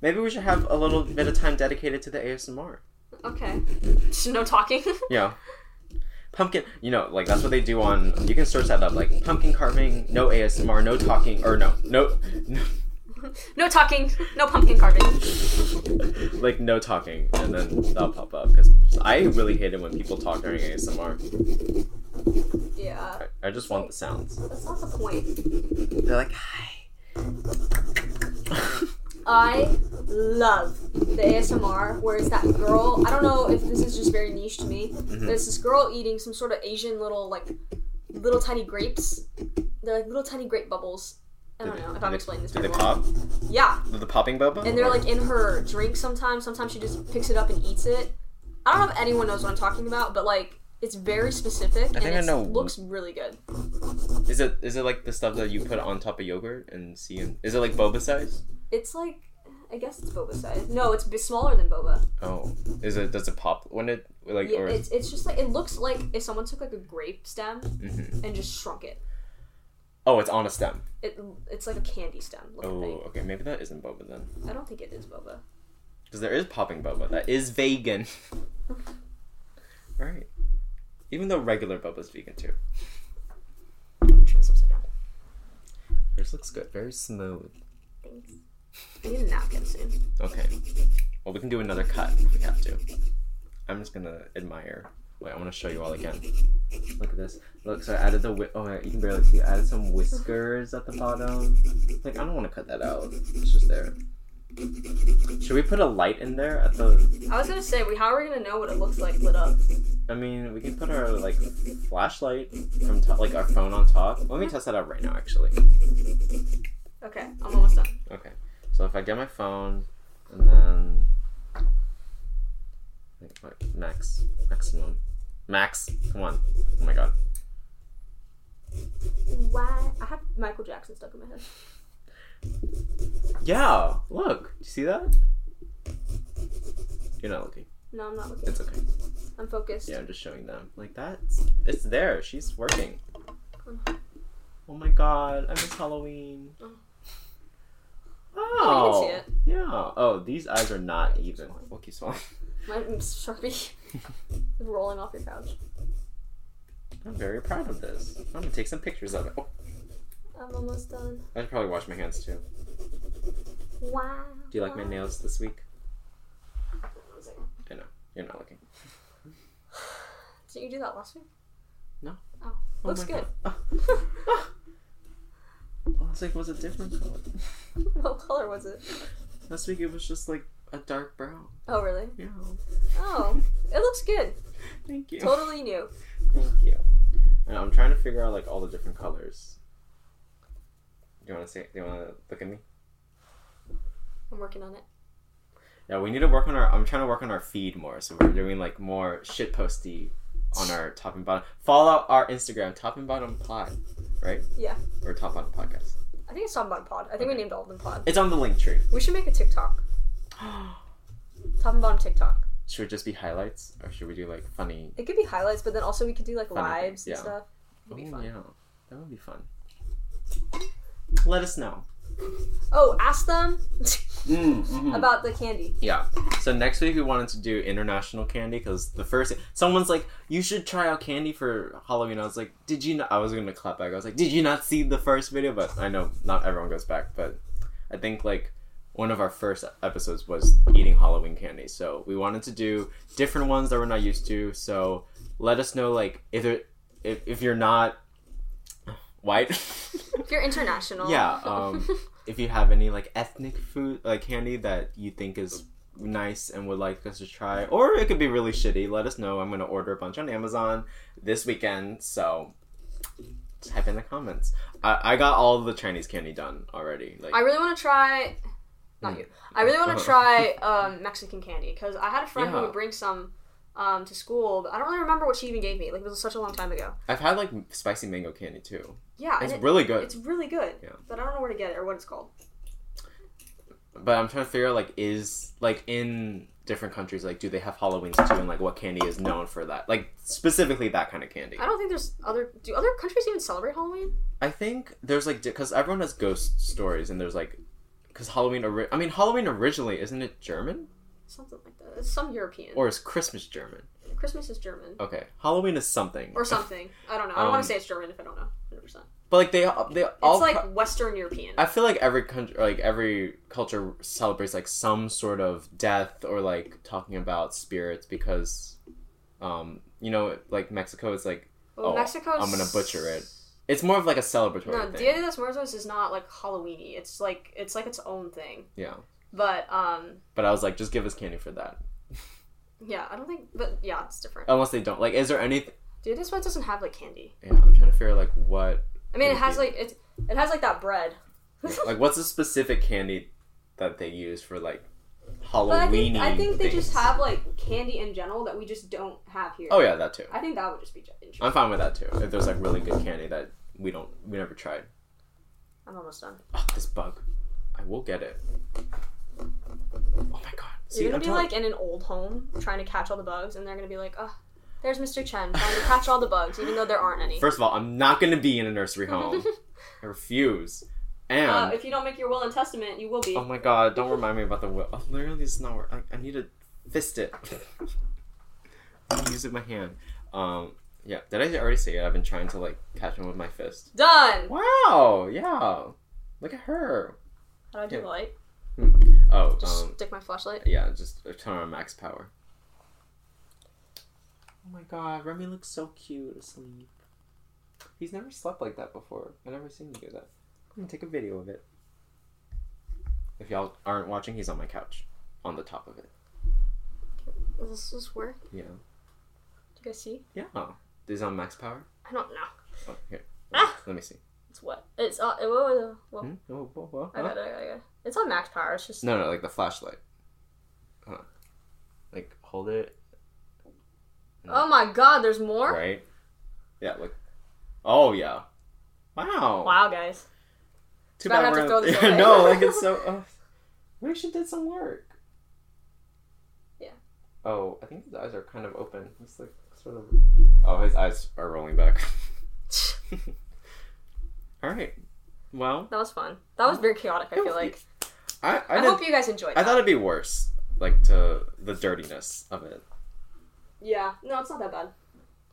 S2: Maybe we should have a little bit of time dedicated to the ASMR.
S1: Okay. Just no talking.
S2: Yeah. Pumpkin, you know, like that's what they do on. You can search that up, like pumpkin carving, no ASMR, no talking, or no, no, no
S1: no talking. No pumpkin carving.
S2: like no talking, and then that'll pop up. Because I really hate it when people talk during ASMR.
S1: Yeah,
S2: I, I just want the sounds.
S1: that's not the point.
S2: They're like, hi. Mm-hmm.
S1: I love the ASMR where it's that girl. I don't know if this is just very niche to me, but it's this girl eating some sort of Asian little like little tiny grapes. They're like little tiny grape bubbles. I don't
S2: Did
S1: know
S2: they-
S1: if I'm explaining this.
S2: Do they
S1: very well.
S2: pop?
S1: Yeah,
S2: Do the popping bubba?
S1: and they're like in her drink sometimes. Sometimes she just picks it up and eats it. I don't know if anyone knows what I'm talking about, but like it's very specific and
S2: think I
S1: it
S2: know.
S1: looks really good.
S2: Is it is it like the stuff that you put on top of yogurt and see? In, is it like boba size?
S1: It's like I guess it's boba size. No, it's b- smaller than boba.
S2: Oh, is it? Does it pop when it like?
S1: Yeah,
S2: or
S1: it's it's just like it looks like if someone took like a grape stem
S2: Mhm.
S1: and just shrunk it.
S2: oh, it's on a stem.
S1: It it's like a candy stem looking
S2: Oh, okay, maybe that isn't boba then,
S1: thing. I don't think it is boba.
S2: because there is popping boba that is vegan. All right, even though regular boba's vegan too.
S1: Turn this upside down.
S2: Yours looks good, very smooth.
S1: Thanks. I need a napkin soon.
S2: Okay, well we can do another cut if we have to. I'm just gonna admire. Wait, I want to show you all again. Look at this. Look, so I added the whi- oh, you can barely see. I added some whiskers at the bottom. Like I don't want to cut that out. It's just there. Should we put a light in there at the
S1: I was gonna say, we how are we gonna know what it looks like lit up?
S2: I mean, we can put our like flashlight from top, like our phone on top. Let me test that out right now, actually.
S1: Okay, I'm almost done.
S2: Okay, so if I get my phone and then Wait, wait, max, maximum, max. Come on! Oh my god!
S1: Why? I have Michael Jackson stuck in my head.
S2: Yeah, look. Do you see that? You're not looking.
S1: No, I'm not looking.
S2: It's okay.
S1: I'm focused.
S2: Yeah, I'm just showing them. Like that's it's there. She's working. Oh my god, I miss Halloween.
S1: Oh.
S2: Oh,
S1: you can see
S2: yeah. Oh, these eyes are not even. We'll keep swallowing.
S1: My sharpie is rolling off your couch.
S2: I'm very proud of this. I'm gonna take some pictures of it. Oh,
S1: I'm almost done.
S2: I should probably wash my hands too.
S1: Wow.
S2: Do you like my nails this week?
S1: One second.
S2: I know you're not looking.
S1: Didn't you do that last week?
S2: No.
S1: Oh,
S2: Oh
S1: looks
S2: my
S1: good.
S2: God. Ah. Oh, last week was a different color.
S1: what color was it?
S2: Last week it was just like a dark brown.
S1: Oh, really?
S2: Yeah.
S1: Oh, it looks good.
S2: Thank you.
S1: Totally new.
S2: Thank you. And I'm trying to figure out like all the different colors. Do you want to say? Do you want to look at me?
S1: I'm working on it.
S2: Yeah, we need to work on our. I'm trying to work on our feed more, so we're doing like more shit posty on our top and bottom. Follow our Instagram, top and bottom pod, right?
S1: Yeah.
S2: Or top bottom podcast.
S1: I think it's Top Bottom Pod. I think we named all of them Pod.
S2: It's on the link tree.
S1: We should make a TikTok. Top and bottom TikTok.
S2: Should it just be highlights, or should we do like funny?
S1: It could be highlights, but then also we could do like
S2: Funny
S1: lives
S2: things, yeah.
S1: and stuff. It'd be
S2: Oh,
S1: fun.
S2: yeah, that would be fun. Let us know.
S1: Oh, ask them
S2: mhm.
S1: about the candy.
S2: Yeah. So next week we wanted to do international candy because the first someone's like, you should try out candy for Halloween. I was like, did you? Not? I was gonna clap back. I was like, did you not see the first video? But I know not everyone goes back. But I think like one of our first episodes was eating Halloween candy. So we wanted to do different ones that we're not used to. So let us know like if there, if if you're not white.
S1: If you're international.
S2: Yeah, um, if you have any like ethnic food, like candy that you think is nice and would like us to try, or it could be really shitty, let us know. I'm gonna order a bunch on Amazon this weekend, so type in the comments. I, I got all the Chinese candy done already. Like,
S1: I really want to try. Not you. I really want
S2: Uh-huh.
S1: to try um, Mexican candy because I had a friend who
S2: Yeah.
S1: would bring some um, to school, but I don't really remember what she even gave me. Like it was such a long time ago.
S2: I've had like spicy mango candy too.
S1: Yeah, and
S2: It's
S1: it-
S2: really good,
S1: It's really good.
S2: Yeah.
S1: But I don't know where to get it or what it's called.
S2: but I'm trying to figure out like is like in different countries like do they have Halloween's too, and like what candy is known for that, like specifically that kind of candy.
S1: I don't think there's other. Do other countries even celebrate Halloween?
S2: I think there's like because everyone has ghost stories and there's like because Halloween. Ori- I mean, Halloween originally isn't it German
S1: Something like that. It's some European.
S2: or is Christmas German?
S1: Christmas is German
S2: Okay, Halloween is something
S1: or something. I don't know. I don't want
S2: Um,
S1: to say it's German if I don't know. 100%.
S2: but like they uh, they all.
S1: It's like Western European.
S2: I feel like every country, like every culture, celebrates like some sort of death or like talking about spirits because, um, you know, like Mexico is like
S1: Well,
S2: Oh,
S1: Mexico's.
S2: I'm gonna butcher it. It's more of like a celebratory
S1: No,
S2: thing.
S1: Dia de los Muertos is not like Halloweeny. It's like it's like its own thing.
S2: yeah.
S1: But um,
S2: But I was like, just give us candy for that.
S1: yeah, I don't think. But yeah, it's different.
S2: Unless they don't. Like, is there anything?
S1: Dia de los Muertos doesn't have like candy.
S2: Yeah, I'm trying to figure out, like what,
S1: I mean, it
S2: Thank
S1: has
S2: you.
S1: like it. It has like that bread.
S2: like what's a specific candy that they use for like
S1: But I
S2: Halloween.
S1: think, I think they just have like candy in general that we just don't have here.
S2: Oh yeah, that too.
S1: I think that would just be ju- interesting.
S2: I'm fine with that too. If there's like really good candy that we don't, we never tried.
S1: I'm almost done.
S2: Oh, this bug. I will get it. Oh my god. See,
S1: You're gonna
S2: I'm
S1: be
S2: telling-
S1: like in an old home trying to catch all the bugs, and they're gonna be like, oh, there's Mr. Chen trying to catch all the bugs, even though there aren't any.
S2: First of all, I'm not going to be in a nursery home. I refuse. And
S1: Uh, if you don't make your will and testament, you will be.
S2: oh my god, don't remind me about the will. Oh, literally, it's not work. I, I need to fist it. I'm using my hand. Um, yeah. Did I already say it? I've been trying to like catch him with my fist.
S1: Done.
S2: Wow. Yeah. Look at her.
S1: How do I do the light?
S2: Um, Oh.
S1: Just
S2: Um,
S1: stick my flashlight.
S2: yeah. Just turn on max power. Oh my god, Remy looks so cute asleep. He's never slept like that before. I've never seen him do that. I'm gonna take a video of it. If y'all aren't watching, he's on my couch, on the top of it.
S1: Does this, this work?
S2: Yeah.
S1: Do you guys see?
S2: Yeah. He's on max power.
S1: I don't know.
S2: Oh, here.
S1: Ah!
S2: Let me see.
S1: It's what? It's uh. It, whoa, whoa, whoa.
S2: Hmm? Oh, whoa, whoa,
S1: I
S2: huh?
S1: got it. I got it. It's on max power. It's just
S2: No, no, like the flashlight. Huh. Like hold it
S1: Oh my god, there's more?
S2: right. Yeah. Look. Oh yeah. Wow.
S1: Wow, guys.
S2: Too
S1: Now I
S2: bad
S1: have to
S2: we're
S1: throw this away.
S2: no, like it's so. Uh, we should did some work.
S1: Yeah.
S2: Oh, I think his eyes are kind of open. He's like sort of. Oh, his eyes are rolling back. All right. Well,
S1: That was fun. That was very chaotic, I
S2: That
S1: feel
S2: was-
S1: like.
S2: I I,
S1: I,
S2: did,
S1: hope you guys enjoyed
S2: I
S1: that.
S2: thought it'd be worse, like to the dirtiness of it.
S1: Yeah. No, it's not that bad.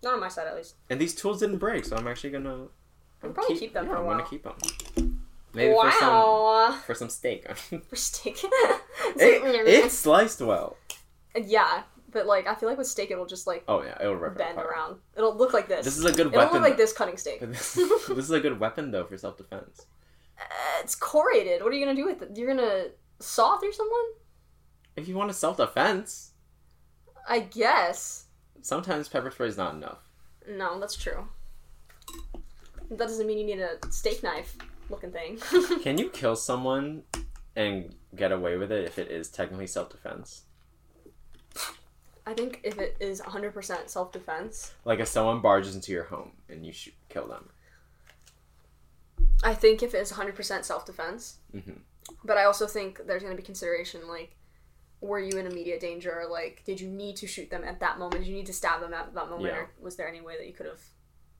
S1: Not on my side, at least.
S2: And these tools didn't break, so I'm actually gonna.
S1: I'll probably keep them
S2: yeah,
S1: for a
S2: I'm
S1: while.
S2: gonna keep them. Maybe for some
S1: wow.
S2: for some steak. it,
S1: For steak. mm.
S2: it's sliced well.
S1: Yeah, but like, I feel like with steak, it'll just like
S2: Oh yeah, it'll rip it
S1: bend
S2: apart.
S1: around. It'll look like this.
S2: This is a good
S1: It'll
S2: weapon.
S1: look like this cutting steak.
S2: But this, this is a good weapon though for self defense.
S1: Uh, it's corrugated. What are you gonna do with it? You're gonna saw through someone?
S2: If you want to self defense,
S1: I guess.
S2: sometimes pepper spray is not enough.
S1: No, that's true. That doesn't mean you need a steak knife looking thing.
S2: Can you kill someone and get away with it if it is technically self defense?
S1: I think if it is 100% self defense,
S2: Like if someone barges into your home and you shoot, kill them.
S1: I think if it is 100% self defense,
S2: Mhm.
S1: but I also think there's going to be consideration like, were you in immediate danger? Like, did you need to shoot them at that moment? Did you need to stab them at that moment?
S2: Yeah.
S1: Or was there any way that you could have?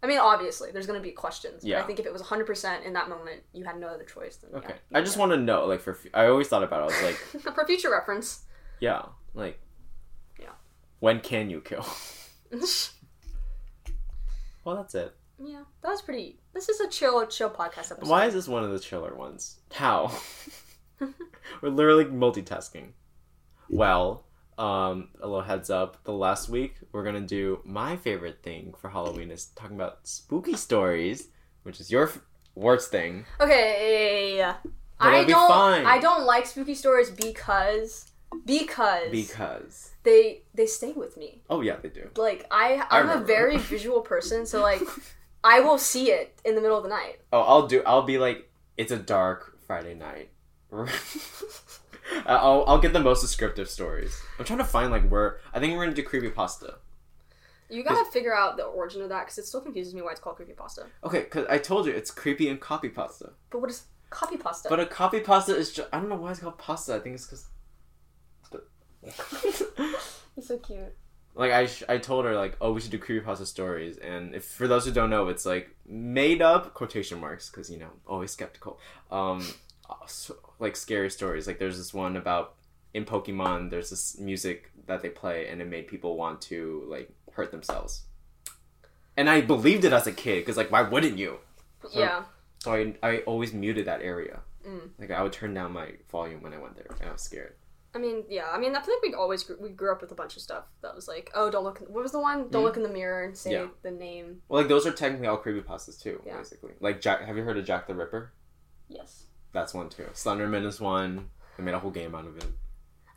S1: I mean, obviously, there's going to be questions. But
S2: Yeah.
S1: I think if it was 100% in that moment, you had no other choice. Then,
S2: Okay,
S1: Yeah.
S2: I just want to know. Like for, fu- I always thought about. it. I was like,
S1: For future reference.
S2: yeah, like,
S1: Yeah.
S2: When can you kill? well, that's it.
S1: yeah, that was pretty. This is a chill, chill podcast episode.
S2: Why is this one of the chiller ones? How? We're literally multitasking. Well, um, a little heads up. The last week we're gonna do my favorite thing for Halloween is talking about spooky stories, which is your f- worst thing.
S1: Okay.
S2: But
S1: I
S2: it'll be
S1: don't
S2: fine.
S1: I don't like spooky stories because because,
S2: Because
S1: they they stay with me.
S2: oh yeah, they do.
S1: Like I
S2: I
S1: I'm a
S2: remember.
S1: very visual person, so like I will see it in the middle of the night.
S2: Oh, I'll do. I'll be like, it's a dark Friday night. I'll, I'll get the most descriptive stories. I'm trying to find like where I think we're gonna do creepy pasta.
S1: You gotta figure out the origin of that because it still confuses me why it's called creepypasta.
S2: Okay, cause I told you it's creepy and copy pasta.
S1: But what is copy pasta?
S2: But a copy pasta is just, I don't know why it's called pasta. I think it's because.
S1: He's so cute.
S2: like, I, sh- I told her, like, oh, we should do creepypasta stories. And if for those who don't know, it's like made up quotation marks because, you know, always skeptical. Um, so, like, scary stories. Like, there's this one about in Pokemon, there's this music that they play and it made people want to, like, hurt themselves. And I believed it as a kid because, like, why wouldn't you?
S1: yeah.
S2: So I, I always muted that area.
S1: Mm.
S2: Like I would turn down my volume when I went there, and I was scared.
S1: I mean, yeah. I mean, I feel like we always grew, we grew up with a bunch of stuff that was like, oh, don't look. What was the one? Don't
S2: Mhm.
S1: look in the mirror and say
S2: Yeah.
S1: the name.
S2: Well, like those are technically all creepypastas too,
S1: Yeah.
S2: basically. Like Jack, have you heard of Jack the Ripper?
S1: Yes,
S2: That's one too. Slenderman is one. They made a whole game out of it.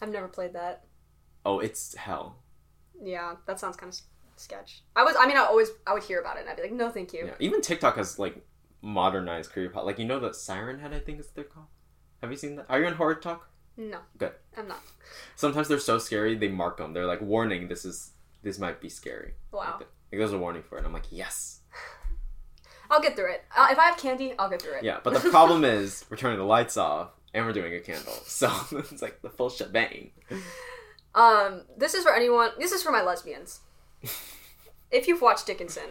S1: I've never played that.
S2: Oh, it's hell.
S1: Yeah, that sounds kind of sketch. I was. I mean, I always I would hear about it and I'd be like, no, thank you.
S2: Yeah. Even TikTok has like modernized creepypasta. Like you know that Siren Head, I think is what they're called. Have you seen that? Are you in horror talk?
S1: No,
S2: Good.
S1: I'm not.
S2: Sometimes they're so scary they mark them. They're like warning. This is this might be scary.
S1: Wow.
S2: Like, th- like there's a warning for it. I'm like yes.
S1: I'll get through it. i if I have candy, I'll get through it.
S2: Yeah. But the problem is we're turning the lights off and we're doing a candle. So it's like the full shebang.
S1: um, this is for anyone. This is for my lesbians. if you've watched Dickinson,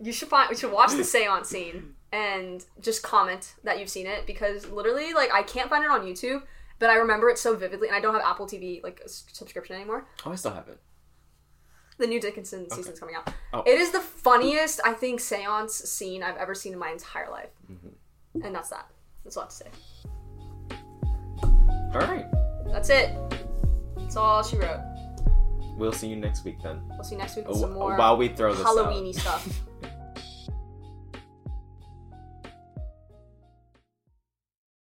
S1: you should find. You should watch the seance scene and just comment that you've seen it because literally, like, I can't find it on YouTube, but I remember it so vividly, and I don't have Apple TV like s- subscription anymore.
S2: Oh, I still haven't.
S1: The new Dickinson season's coming out.
S2: Oh.
S1: It is the funniest, I think, seance scene I've ever seen in my entire life.
S2: Mm-hmm.
S1: And that's that. That's all I have to say.
S2: All right.
S1: That's it. That's all she wrote.
S2: We'll see you next week then.
S1: We'll see you next week with
S2: Oh,
S1: some more
S2: while we throw this out.
S1: Halloweeny stuff.